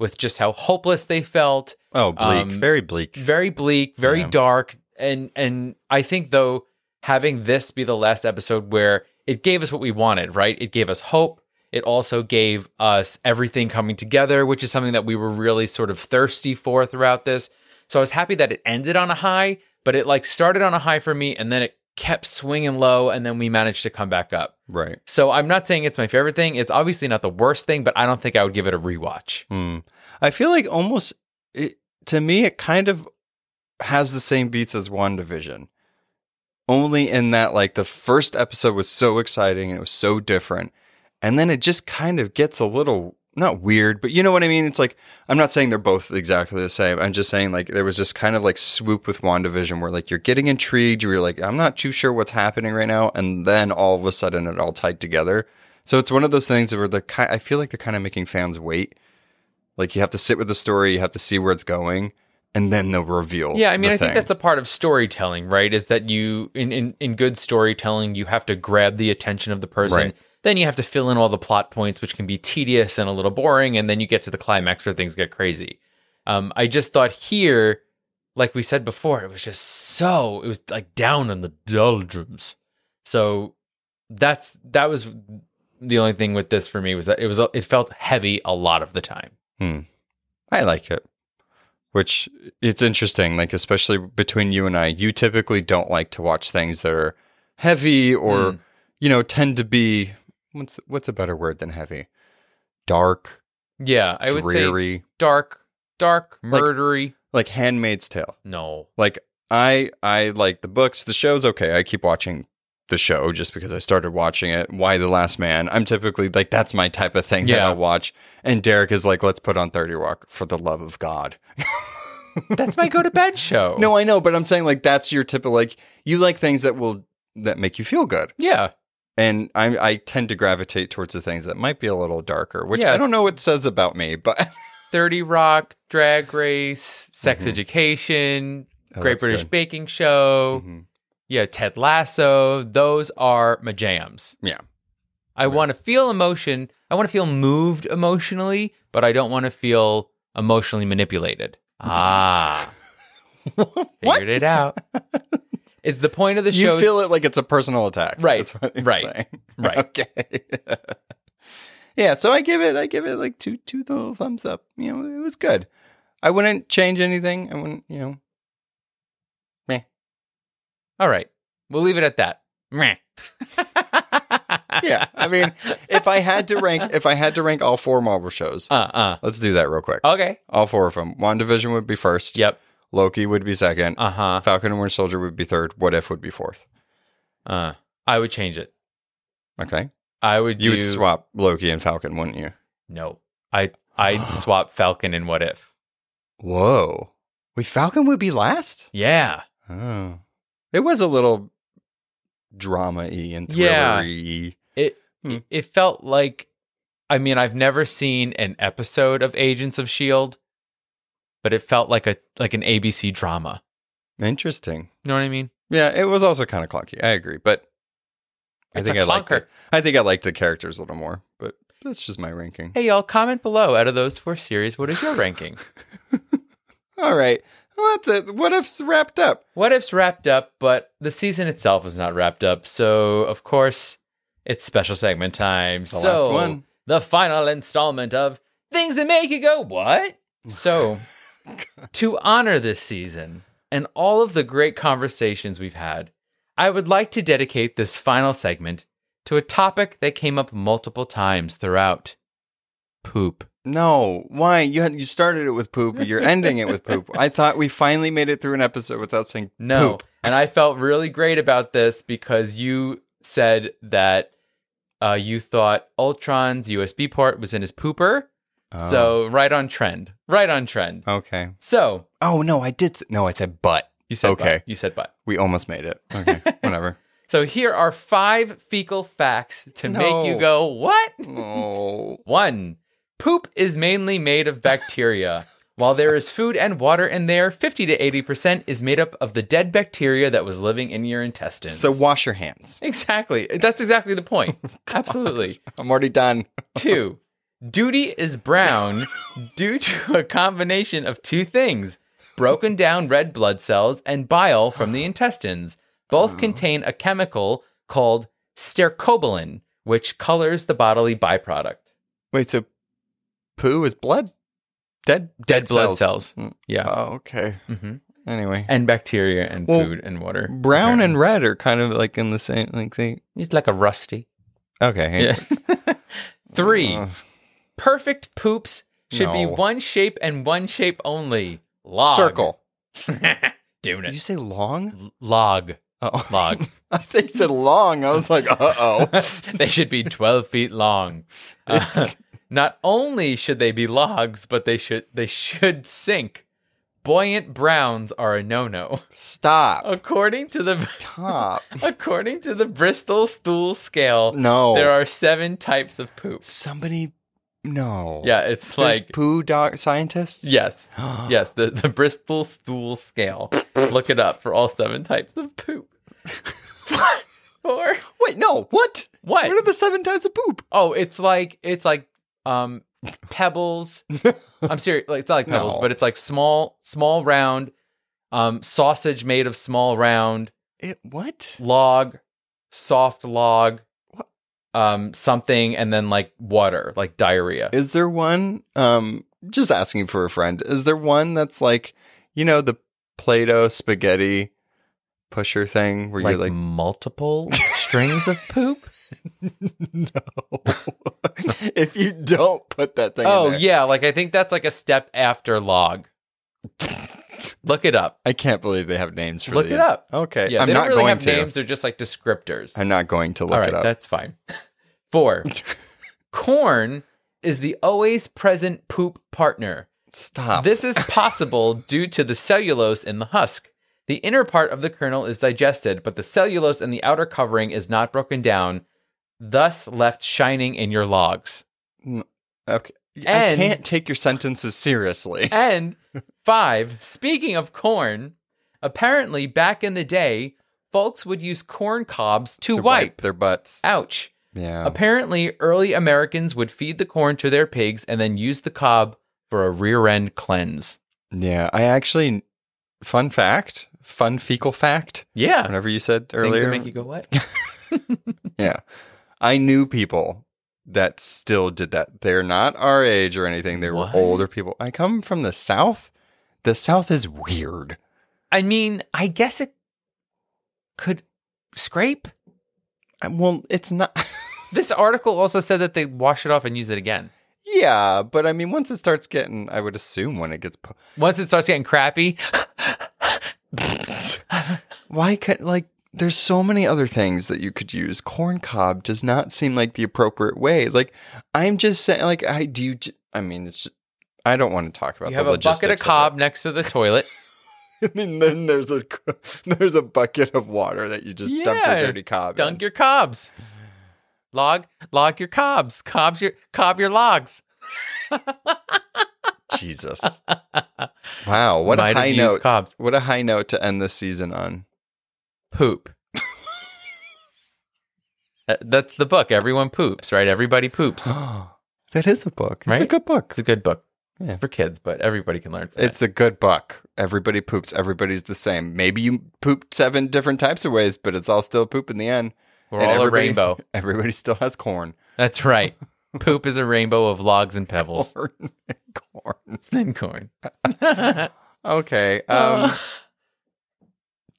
S3: with just how hopeless they felt,
S1: Oh, bleak.
S3: Um,
S1: Very bleak.
S3: very bleak, very
S1: Yeah.
S3: dark, and and I think though having this be the last episode where it gave us what we wanted, right? It gave us hope. It also gave us everything coming together, which is something that we were really sort of thirsty for throughout this. So I was happy that it ended on a high, but it like started on a high for me and then it kept swinging low and then we managed to come back up.
S1: Right.
S3: So I'm not saying it's my favorite thing. It's obviously not the worst thing, but I don't think I would give it a rewatch.
S1: Hmm. I feel like almost it, to me, it kind of has the same beats as WandaVision. Only in that, like, the first episode was so exciting and it was so different. And then it just kind of gets a little, not weird, but you know what I mean? It's like, I'm not saying they're both exactly the same. I'm just saying, like, there was this kind of like swoop with WandaVision where, like, you're getting intrigued. You're like, I'm not too sure what's happening right now. And then all of a sudden it all tied together. So it's one of those things where they're, ki- I feel like they're kind of making fans wait like you have to sit with the story, you have to see where it's going, and then they'll reveal.
S3: Yeah, I mean,
S1: the
S3: I think
S1: thing.
S3: that's a part of storytelling, right? Is that you in, in in good storytelling, you have to grab the attention of the person.
S1: Right.
S3: Then you have to fill in all the plot points, which can be tedious and a little boring, and then you get to the climax where things get crazy. Um, I just thought here, like we said before, it was just so it was like down in the doldrums. So that's that was the only thing with this for me was that it was it felt heavy a lot of the time.
S1: I like it. Which it's interesting, like especially between you and I, you typically don't like to watch things that are heavy or
S3: Mm.
S1: you know tend to be what's what's a better word than heavy? Dark,
S3: Yeah, I would say
S1: dreary,
S3: dark, dark,
S1: Like-
S3: murdery.
S1: like Handmaid's Tale.
S3: No.
S1: Like I I like the books, the show's okay. I keep watching the show just because I started watching it. Why the Last Man? I'm typically like that's my type of thing that
S3: Yeah.
S1: I'll watch. And Derek is like, let's put on Thirty Rock for the love of God.
S3: That's my go to bed show.
S1: No, I know, but I'm saying like that's your typical like you like things that will that make you feel good,
S3: Yeah.
S1: and I I tend to gravitate towards the things that might be a little darker, which
S3: Yeah.
S1: I don't know what says about me, but
S3: 30 Rock, Drag Race, Sex
S1: Mhm.
S3: Education,
S1: Oh,
S3: Great
S1: that's
S3: British
S1: good.
S3: Baking Show.
S1: Mhm.
S3: Yeah. Ted Lasso. Those are my jams.
S1: Yeah.
S3: I want to feel emotion. I want to feel moved emotionally, but I don't want to feel emotionally manipulated. Ah.
S1: What?
S3: Figured it out. It's the point of the
S1: you
S3: show.
S1: feel it like it's a personal attack,
S3: Right,
S1: That's what you're
S3: right,
S1: saying.
S3: right.
S1: Okay. yeah, so I give it I give it like two two little thumbs up. You know, it was good. I wouldn't change anything. I wouldn't, you know.
S3: All right. We'll leave it at that. Meh.
S1: Yeah, I mean, if I had to rank, if I had to rank all four Marvel shows,
S3: Uh uh.
S1: let's do that real quick.
S3: Okay.
S1: All four of them. WandaVision would be first.
S3: Yep.
S1: Loki would be second.
S3: Uh huh.
S1: Falcon and Winter Soldier would be third. What if would be fourth?
S3: Uh, I would change it.
S1: Okay.
S3: I would.
S1: You
S3: do,
S1: would swap Loki and Falcon, wouldn't you?
S3: No, I I'd swap Falcon and What If.
S1: Whoa. Wait, Falcon would be last?
S3: Yeah.
S1: Oh. It was a little drama y and
S3: Yeah.
S1: thriller y.
S3: It
S1: Hmm.
S3: it- it felt like. I mean, I've never seen an episode of Agents of Shield, E but it felt like a like an ABC drama.
S1: Interesting.
S3: You know what I mean?
S1: Yeah, it was also kind of clunky. I agree. But I
S3: It's
S1: think
S3: a
S1: I liked
S3: clunker.
S1: it. I think I liked the characters a little more, but that's just my ranking.
S3: Hey, y'all, comment below. Out of those four series, what is your ranking?
S1: All right. Well, that's it. What if's wrapped up?
S3: What If's wrapped up, but the season itself is not wrapped up. So, of course, it's special segment time.
S1: The
S3: so,
S1: last one.
S3: the final installment of Things That Make You Go What? So, to honor this season and all of the great conversations we've had, I would like to dedicate this final segment to a topic that came up multiple times throughout poop.
S1: No, why you had, you started it with poop. You're ending it with poop. I thought we finally made it through an episode without saying
S3: No.
S1: poop.
S3: And I felt really great about this because you said that uh, you thought Ultron's USB port was in his pooper.
S1: Ah.
S3: So, right on trend. Right on trend.
S1: Oh, okay.
S3: So,
S1: Oh no, I did. s- No, I said butt.
S3: you said
S1: Okay.
S3: butt. You said butt.
S1: We almost made it. Okay, whatever.
S3: So, here are five fecal facts to
S1: No.
S3: make you go, what?
S1: Oh,
S3: One, poop is mainly made of bacteria. While there is food and water in there, 50 to 80% is made up of the dead bacteria that was living in your intestines.
S1: so wash your hands.
S3: Exactly. That's exactly the point. Absolutely.
S1: I'm already done.
S3: Two, duty is brown due to a combination of two things broken down red blood cells and bile from the intestines. Both contain a chemical called stercobilin, which colors the bodily byproduct.
S1: Wait, so poo is blood? Dead,
S3: Dead blood cells.
S1: Mm.
S3: Yeah.
S1: Oh, okay.
S3: hmm
S1: Anyway,
S3: And bacteria and
S1: Well,
S3: food and water.
S1: brown and red are kind of like in the same. Like they.
S3: it's like a rusty.
S1: Okay.
S3: Yeah. Three.
S1: Uh,
S3: perfect poops should be
S1: No.
S3: one shape and one shape only. Log.
S1: circle. Did you
S3: Doing
S1: say long?
S3: it. Log.
S1: Oh.
S3: Log.
S1: I think you said long. I was like, uh oh.
S3: they should be 12 feet long. Uh, not only should they be logs, but they should they should sink. Buoyant browns are a no-no.
S1: Stop.
S3: According to the
S1: Stop.
S3: according to the Bristol stool scale,
S1: No.
S3: there are 7 types of poops.
S1: Somebody No.
S3: Yeah, it's
S1: There's
S3: like
S1: poo dog scientists?
S3: yes, yes. The the Bristol stool scale. Look it up for all seven types of poop. Four.
S1: Wait, no. What?
S3: What?
S1: What are the seven types of poop?
S3: Oh, it's like it's like um pebbles. I'm serious. Like it's not like pebbles,
S1: No.
S3: but it's like small, small round, um, sausage made of small round
S1: It what?
S3: log, soft log,
S1: What?
S3: um, something, and then like water, like diarrhea.
S1: Is there one? Um, just asking for a friend. Is there one that's like, you know, the Play-Doh spaghetti pusher thing where
S3: like,
S1: you're like,
S3: multiple strings of poop.
S1: no. if you don't put that thing. in
S3: Oh
S1: there-
S3: yeah, like I think that's like a step after log. Look it up.
S1: I can't believe they have names for
S3: Look it
S1: these.
S3: up.
S1: Okay,
S3: Yeah,
S1: I'm
S3: they
S1: not
S3: don't really
S1: going
S3: have
S1: to.
S3: names. They're just like descriptors.
S1: I'm not going to look
S3: All right,
S1: it up.
S3: that's fine. Four. Corn is the always present poop partner.
S1: Stop.
S3: This is possible due to the cellulose in the husk. The inner part of the kernel is digested, but the cellulose in the outer covering is not broken down, thus left shining in your logs.
S1: okay. I
S3: and-
S1: can't take your sentences seriously.
S3: And five, speaking of corn, apparently back in the day, folks would use corn cobs to, wipe.
S1: their butts.
S3: Ouch.
S1: Yeah.
S3: Apparently, early Americans would feed the corn to their pigs and then use the cob for a rear end cleanse.
S1: Yeah, I actually, fun fact, fun fecal fact.
S3: Yeah.
S1: Whenever you said
S3: Things that
S1: earlier,
S3: make you go, what?
S1: yeah, I knew people that still did that. They're not our age or anything. They were
S3: What?
S1: older people. I come from the South. The South is weird.
S3: I mean, I guess it could scrape.
S1: I- Uh, Well, it's not.
S3: This article also said that they wash it off and use it again.
S1: yeah, but I mean, once it starts getting, I would assume when it gets. Po-
S3: Once it starts getting crappy,
S1: Why could like? There's so many other things that you could use. Corn cob does not seem like the appropriate way. Like, I'm just saying. Like, I do. You, j- I mean, it's. Just, I don't want to talk about.
S3: you
S1: the
S3: have a bucket of
S1: logistics
S3: cob
S1: it.
S3: next to the toilet.
S1: and then there's a there's a bucket of water that you just dump your
S3: Yeah,
S1: dirty cob.
S3: Dunk
S1: in.
S3: your cobs. Log, log your cobs. Cobs your cob your logs.
S1: Jesus. wow, what
S3: Might
S1: a
S3: have
S1: high
S3: used
S1: note.
S3: Cobs.
S1: What a high note to end this season on.
S3: Poop. Uh, That's the book. Everyone poops, right? Everybody poops.
S1: that is a book. It's a
S3: Right?
S1: good book.
S3: It's a good book
S1: Yeah.
S3: for kids, but everybody can learn. From it.
S1: It's a good book. Everybody poops. Everybody's the same. Maybe you pooped seven different types of ways, but it's all still poop in the end.
S3: We're
S1: and
S3: all a
S1: everybody-
S3: rainbow.
S1: Everybody still has corn.
S3: That's right. Poop is a rainbow of logs and pebbles
S1: Corn. corn.
S3: and corn.
S1: Okay. Um,
S3: Um,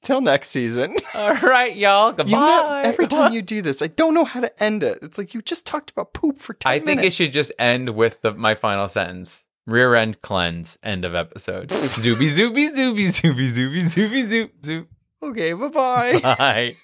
S1: till next season.
S3: all right, y'all. Goodbye.
S1: You know, every time you do this, I don't know how to end it. It's like you just talked about poop for 10
S3: I think
S1: minutes.
S3: it should just end with the, my final sentence. Rear end cleanse. End of episode. zooby zooby zooby zooby zooby zooby zoop zoop.
S1: Okay, bye-bye.
S3: Bye.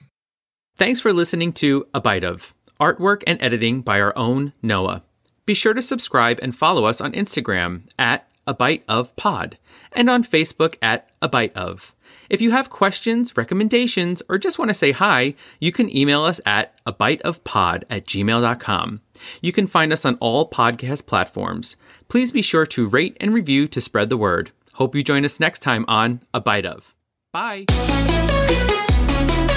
S3: Thanks for listening to A Bite of artwork and editing by our own Noah. Be sure to subscribe and follow us on Instagram at A Bite of Pod and on Facebook at A Bite of. If you have questions, recommendations, or just want to say hi, you can email us at a bite of pod at gmail.com. You can find us on all podcast platforms. Please be sure to rate and review to spread the word. Hope you join us next time on A Bite of. Bye.
S4: Thank you.